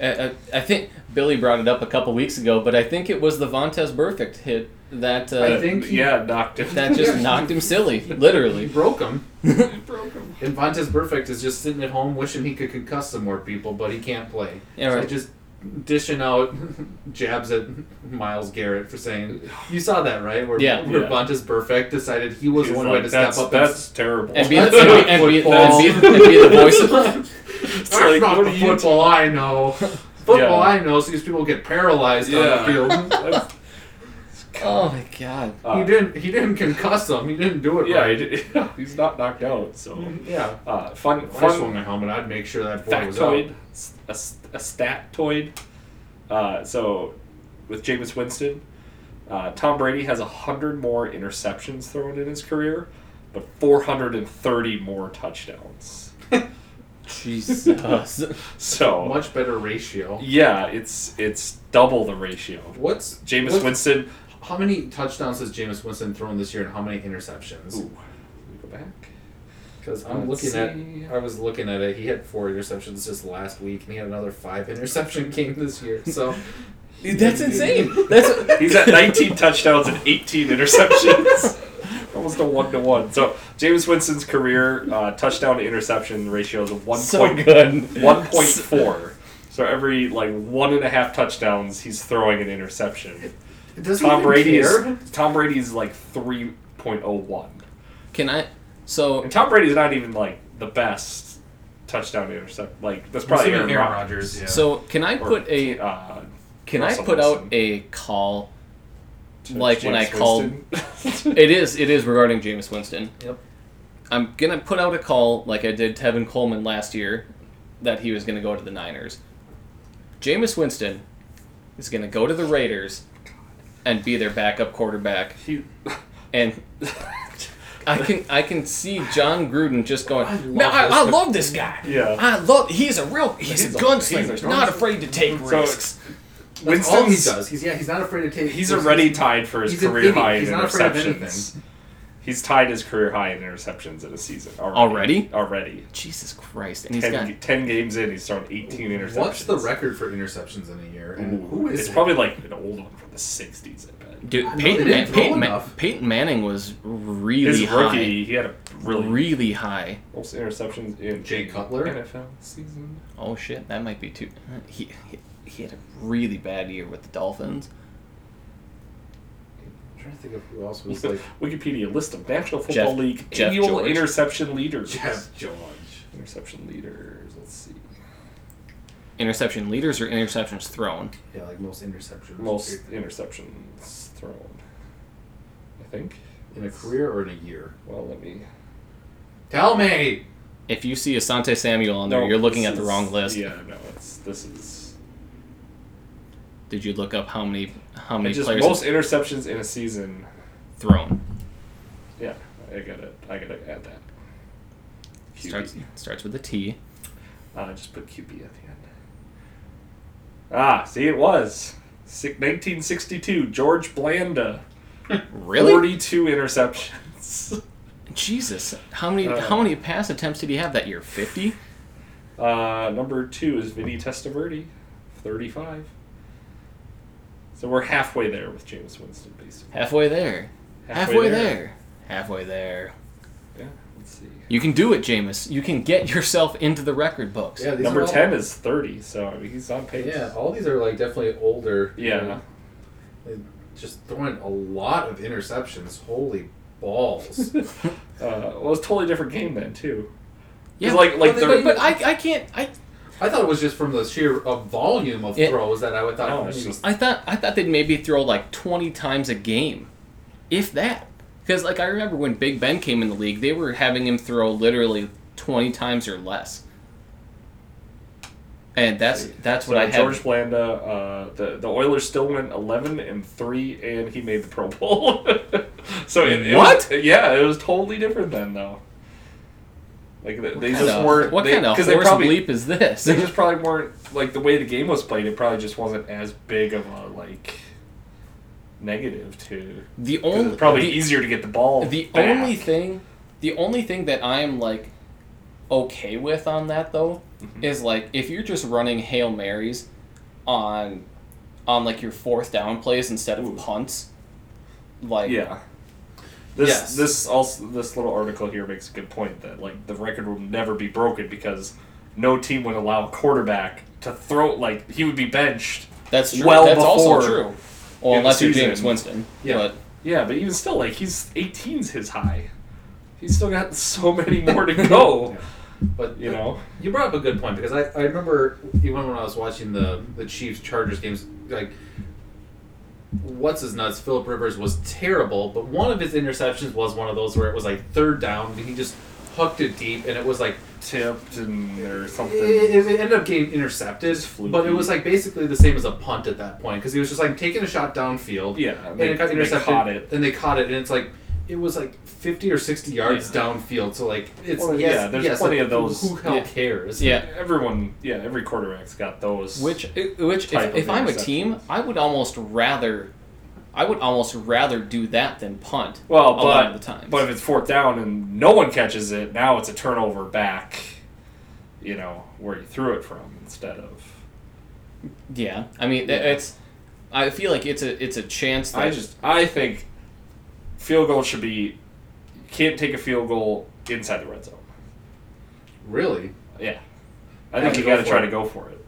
B: end.
A: Uh, I think Billy brought it up a couple weeks ago, but I think it was the Vontez Burfict hit that
C: I
A: uh,
C: think he-
B: yeah, knocked him.
A: that just
C: Yeah.
A: knocked him silly,
C: he
A: literally.
C: broke him.
B: broke him.
C: And Vontez Perfect is just sitting at home wishing he could concuss some more people, but he can't play.
A: Yeah,
C: so
A: right.
C: he just dishing out jabs at Miles Garrett for saying, "You saw that, right?" Where,
A: Yeah.
C: where
B: Yeah.
C: Vontez Perfect decided he was
B: He
C: the
B: was
C: one who
B: like,
C: had to
B: that's,
C: step up and
B: That's terrible.
A: And be,
C: That's
A: and,
C: not
A: be, and, be, and, be,
C: football.
A: and be the voice of
C: That's
B: like,
C: not
B: what
C: the
B: do you-
C: football I know. Football
B: Yeah.
C: I know, so these people get paralyzed
B: Yeah.
C: on the field.
B: That's-
A: Oh my god.
B: uh,
C: he didn't. He didn't concuss them. He didn't do it
B: Yeah, he
C: right.
B: did, he's not knocked out. So,
C: Yeah.
B: uh, fun,
C: If I swung
B: fun
C: my helmet, I'd make sure that boy was out.
B: factoid, s- a, s- a statoid. Uh, so, with Jameis Winston, uh, Tom Brady has hundred more interceptions thrown in his career, but four hundred and thirty more touchdowns.
A: Jesus.
B: So,
C: Much better ratio.
B: yeah, it's it's double the ratio.
C: What's
B: Jameis
C: what's-
B: Winston.
C: How many touchdowns has Jameis Winston thrown this year, and how many interceptions?
B: Ooh, let me go back.
C: Because I'm
B: Let's
C: looking
B: see.
C: at, I was looking at it. He had four interceptions just last week, and he had another five interception game this year. So
A: That's insane. That's
B: He's at 19 touchdowns and 18 interceptions. Almost a one to one. So James Winston's career uh, touchdown to interception ratio is one
A: So
B: point
A: good.
B: one point four. So every like one and a half touchdowns, he's throwing an interception.
C: does he
B: Tom
C: even
B: Brady
C: care?
B: is Tom Brady is like three point oh one,
A: Can I? So
B: and Tom Brady's not even like the best touchdown to intercept. Like that's probably
C: Assuming
B: Aaron,
C: Aaron
B: Rodgers.
C: Rodgers, yeah.
A: so can I
B: Or,
A: put a
B: uh,
A: can I
B: Russell
A: put out
B: Wilson.
A: a call? Like when I
B: Jameis
A: called-
B: Winston.
A: It is it is regarding Jameis Winston.
C: Yep.
A: I'm gonna put out a call like I did Tevin Coleman last year that he was gonna go to the Niners. Jameis Winston is gonna go to the Raiders and be their backup quarterback.
B: He-
A: And I can I can see John Gruden just going.
C: I love
A: Man, I,
C: this
A: I
C: guy."
A: love this guy.
B: Yeah.
A: I love. He's a real. He's,
B: He's
A: a
B: a-
A: gunslinger.
B: he's a
A: not
B: gunslinger.
A: afraid to take
B: So
A: risks.
C: That's all he does. He's yeah. He's not afraid to take.
B: He's already tied for his
C: He's an
B: career
C: idiot.
B: high in
C: He's not afraid of
B: interceptions.
C: anything.
B: He's tied his career high in interceptions in a season
A: Already?
B: already. Already,
A: Jesus Christ! And he's
B: Ten,
A: got.
B: ten games in, he's thrown eighteen interceptions.
C: What's the record for interceptions in a year? And
B: Ooh,
C: who is
B: it's
C: it?
B: probably like an old one from the '60s. I bet.
A: Dude,
C: I know
A: Peyton,
C: they didn't
A: Man-
C: throw
A: Peyton, Man-
C: enough.
A: Peyton Manning was really
B: His
A: high.
B: rookie, he had a
A: really,
B: really
A: high.
B: most interceptions in
C: Jay Cutler?
B: NFL season.
A: Oh shit, that might be too. He, he he had a really bad year with the Dolphins.
C: I'm trying to think of who else was like
B: Wikipedia list of National Football
A: Jeff-
B: League
A: Jeff
B: annual
A: George.
B: interception leaders.
C: Jeff George.
B: Interception leaders. Let's see.
A: Interception leaders or interceptions thrown.
C: Yeah, like most interceptions.
B: Most interceptions thrown. I think.
C: in a career or in a year.
B: Well, let me.
C: Tell me.
A: If you see Asante Samuel on there,
B: No,
A: you're looking
B: this
A: at the
B: is-
A: wrong list.
B: Yeah, no, it's this is.
A: Did you look up how many how
B: I
A: many
B: just
A: players
B: most interceptions in a season.
A: thrown?
B: Yeah, I gotta, I gotta add that. QB.
A: Starts starts with a T.
B: Uh, just put QB at the end. Ah, see, it was Si- 1962. George Blanda,
A: Really?
B: 42 interceptions.
A: Jesus. How many
B: Uh,
A: how many pass attempts did he have that year? Fifty?
B: Uh, number two is Vinny Testaverde, 35. So we're halfway there with James Winston, basically.
A: Halfway there. Halfway, there. Halfway there.
B: Yeah, let's see.
A: You can do it, Jameis. You can get yourself into the record books.
C: Yeah, these
B: Number
C: are all-
B: 10 is 30, so I mean, he's on pace.
C: Yeah, all these are like definitely older.
B: Yeah.
C: They Just throwing a lot of interceptions. Holy balls.
B: Uh, well, it's a totally different game then, too.
A: Yeah,
B: like- like
A: but,
B: they're-
A: but, but I, I can't I
C: I thought it was just from the sheer uh, volume of
A: Yeah.
C: throws that I would thought.
B: No, it's just-
A: I thought I thought they'd maybe throw like twenty times a game, if that. Because like I remember when Big Ben came in the league, they were having him throw literally twenty times or less. And that's that's
B: So
A: what I had.
B: George Blanda, uh, the the Oilers still went eleven and three, and he made the Pro Bowl. so it, it
A: What?
B: was- yeah, it was totally different then, though. Like they, they
A: What
B: just
A: kind of-
B: weren't.
A: What
B: they,
A: kind of
B: Because
A: horse
B: they probably
A: bleep is this?
B: they just probably weren't like the way the game was played. It probably just wasn't as big of a like negative to.
A: the
B: 'cause
A: only
B: it's probably
A: the,
B: easier to get the ball.
A: The
B: back.
A: only thing, the only thing that I am like okay with on that though
B: Mm-hmm.
A: is like if you're just running hail marys on on like your fourth down plays instead of
B: Ooh.
A: punts, like
B: Yeah. This
A: Yes.
B: this also this little article here makes a good point that like the record will never be broken because no team would allow a quarterback to throw like he would be benched.
A: that's true.
B: Well
A: that's also
B: before
A: true. Well,
B: in the
A: unless you're
B: season.
A: James Winston,
C: Yeah.
A: but
B: Yeah, but even still, like he's 18's his high. He's still got so many more to go.
C: but
B: You know,
C: You brought up a good point because I, I remember even when I was watching the the Chiefs Chargers games, like what's his nuts, Philip Rivers was terrible, but one of his interceptions was one of those where it was like third down and he just hooked it deep and it was like
B: tipped and or something.
C: it, it ended up getting intercepted,
B: It's fluky.
C: but it was like basically the same as a punt at that point because he was just like taking a shot downfield
B: yeah,
C: and
B: they,
C: it got
B: they
C: intercepted
B: caught it.
C: and they caught it and it's like it was like 50 or 60 yards
B: Yeah.
C: downfield so like it's
B: Well,
C: yes,
B: yeah, there's
C: yes,
B: plenty
C: like,
B: of those.
C: who, who hell
A: Yeah.
C: cares
A: Yeah.
B: Everyone, yeah, every quarterback's got those.
A: Which, which,
B: type
A: if,
B: of
A: if I'm a team, I would almost rather, I would almost rather do that than punt.
B: Well,
A: a
B: but
A: lot of the times.
B: but if it's fourth down and no one catches it, now it's a turnover back. You know where you threw it from instead of.
A: yeah, I mean,
B: Yeah.
A: it's. I feel like it's a it's a chance that
B: I just I think field goal should be you can't take a field goal inside the red zone.
C: really
B: Yeah, I
C: Yeah,
B: think you
C: go
B: got to
C: for
B: try
C: it.
B: to go for it.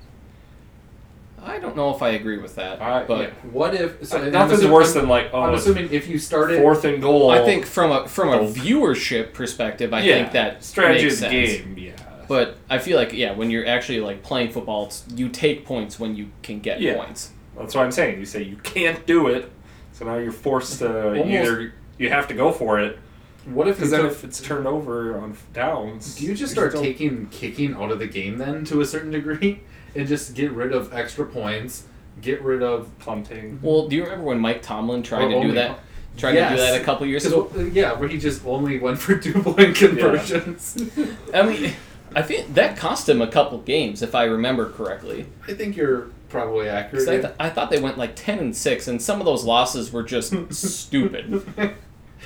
A: I don't know if I agree with that,
B: I-
A: but
C: What if
B: yeah.
C: so I'm
B: Nothing's
C: assuming-
B: worse than like oh
C: I'm
B: it's
C: assuming if you started
B: fourth and goal.
A: I think from a from a
B: Both.
A: viewership perspective, I
B: yeah,
A: think that
B: strategy
A: makes
B: is
A: sense.
B: game. Yeah,
A: But I feel like yeah, when you're actually like playing football, it's, you take points when you can get
B: Yeah.
A: points.
B: that's what I'm saying. You say you can't do it, so now you're forced to
C: Almost-
B: either you have to go for it
C: What if you
B: Because then
C: took,
B: if it's turned over on downs,
C: do you just
B: you're
C: start
B: still-
C: taking kicking out of the game then to a certain degree and just get rid of extra points, get rid of
B: punting?
A: Well, do you remember when Mike Tomlin tried
C: Or
B: Oh,
A: to do
C: only-
A: that? Tried to do
C: Yes.
A: that a couple years
C: 'cause,
A: ago.
C: uh, yeah, where he just only went for two point conversions.
A: I mean, I think that cost him a couple games, if I remember correctly.
C: I think you're probably
A: 'Cause
C: accurate.
A: I, th- I thought they went like ten and six, and some of those losses were just stupid.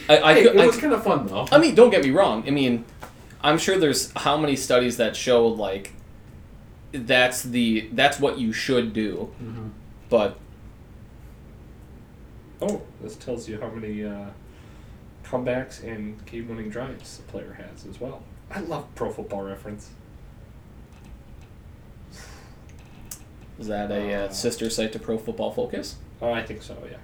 A: I, I,
C: Hey,
A: could- I
C: it was kind of fun though.
A: I mean, don't get me wrong. I mean, I'm sure there's how many studies that show like that's the that's what you should do. But
B: Oh, this tells you how many uh, comebacks and game-winning drives the player has as well. I love Pro Football Reference.
A: is that a uh, sister site to Pro Football Focus?
B: Oh, I think so. Yeah,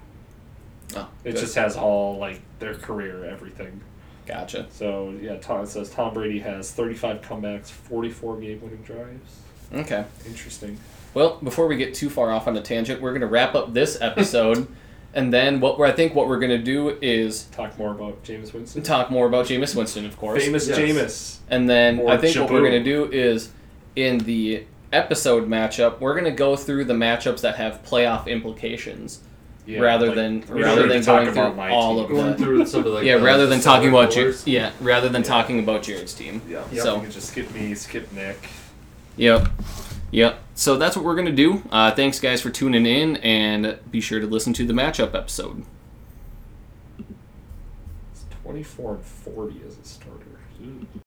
A: Oh,
B: it
A: good.
B: just has all like their career, everything.
A: gotcha.
B: So yeah, Tom, it says Tom Brady has 35 comebacks, 44 game-winning drives.
A: Okay.
B: Interesting.
A: Well, before we get too far off on a tangent, we're gonna wrap up this episode, and then what we're, I think what we're gonna do is
B: Talk more about James Winston.
A: talk more about Jameis Winston, of course.
B: Famous
C: Yes.
B: Jameis.
A: And then
B: Or
A: I think what we're
B: Jabu.
A: going to do is in the episode matchup, we're going to go through the matchups that have playoff implications.
B: Yeah,
A: Rather
B: like,
A: than-
B: we're
A: rather
B: gonna
A: than
B: talk
A: going through
B: about my
A: all
B: team.
A: of
C: Going
A: that.
C: through some of like
A: yeah,
C: the-
A: rather than
C: the
A: talking about
C: colors.
A: Jared. Yeah, rather than
B: Yeah.
A: talking about Jared's team.
B: Yeah.
C: Yep.
A: So-
B: You can just skip me, skip Nick.
A: Yep. Yep. So that's what we're going to do. Uh, thanks, guys, for tuning in, and be sure to listen to the matchup episode.
B: It's 24 and 40 as a starter. Ooh.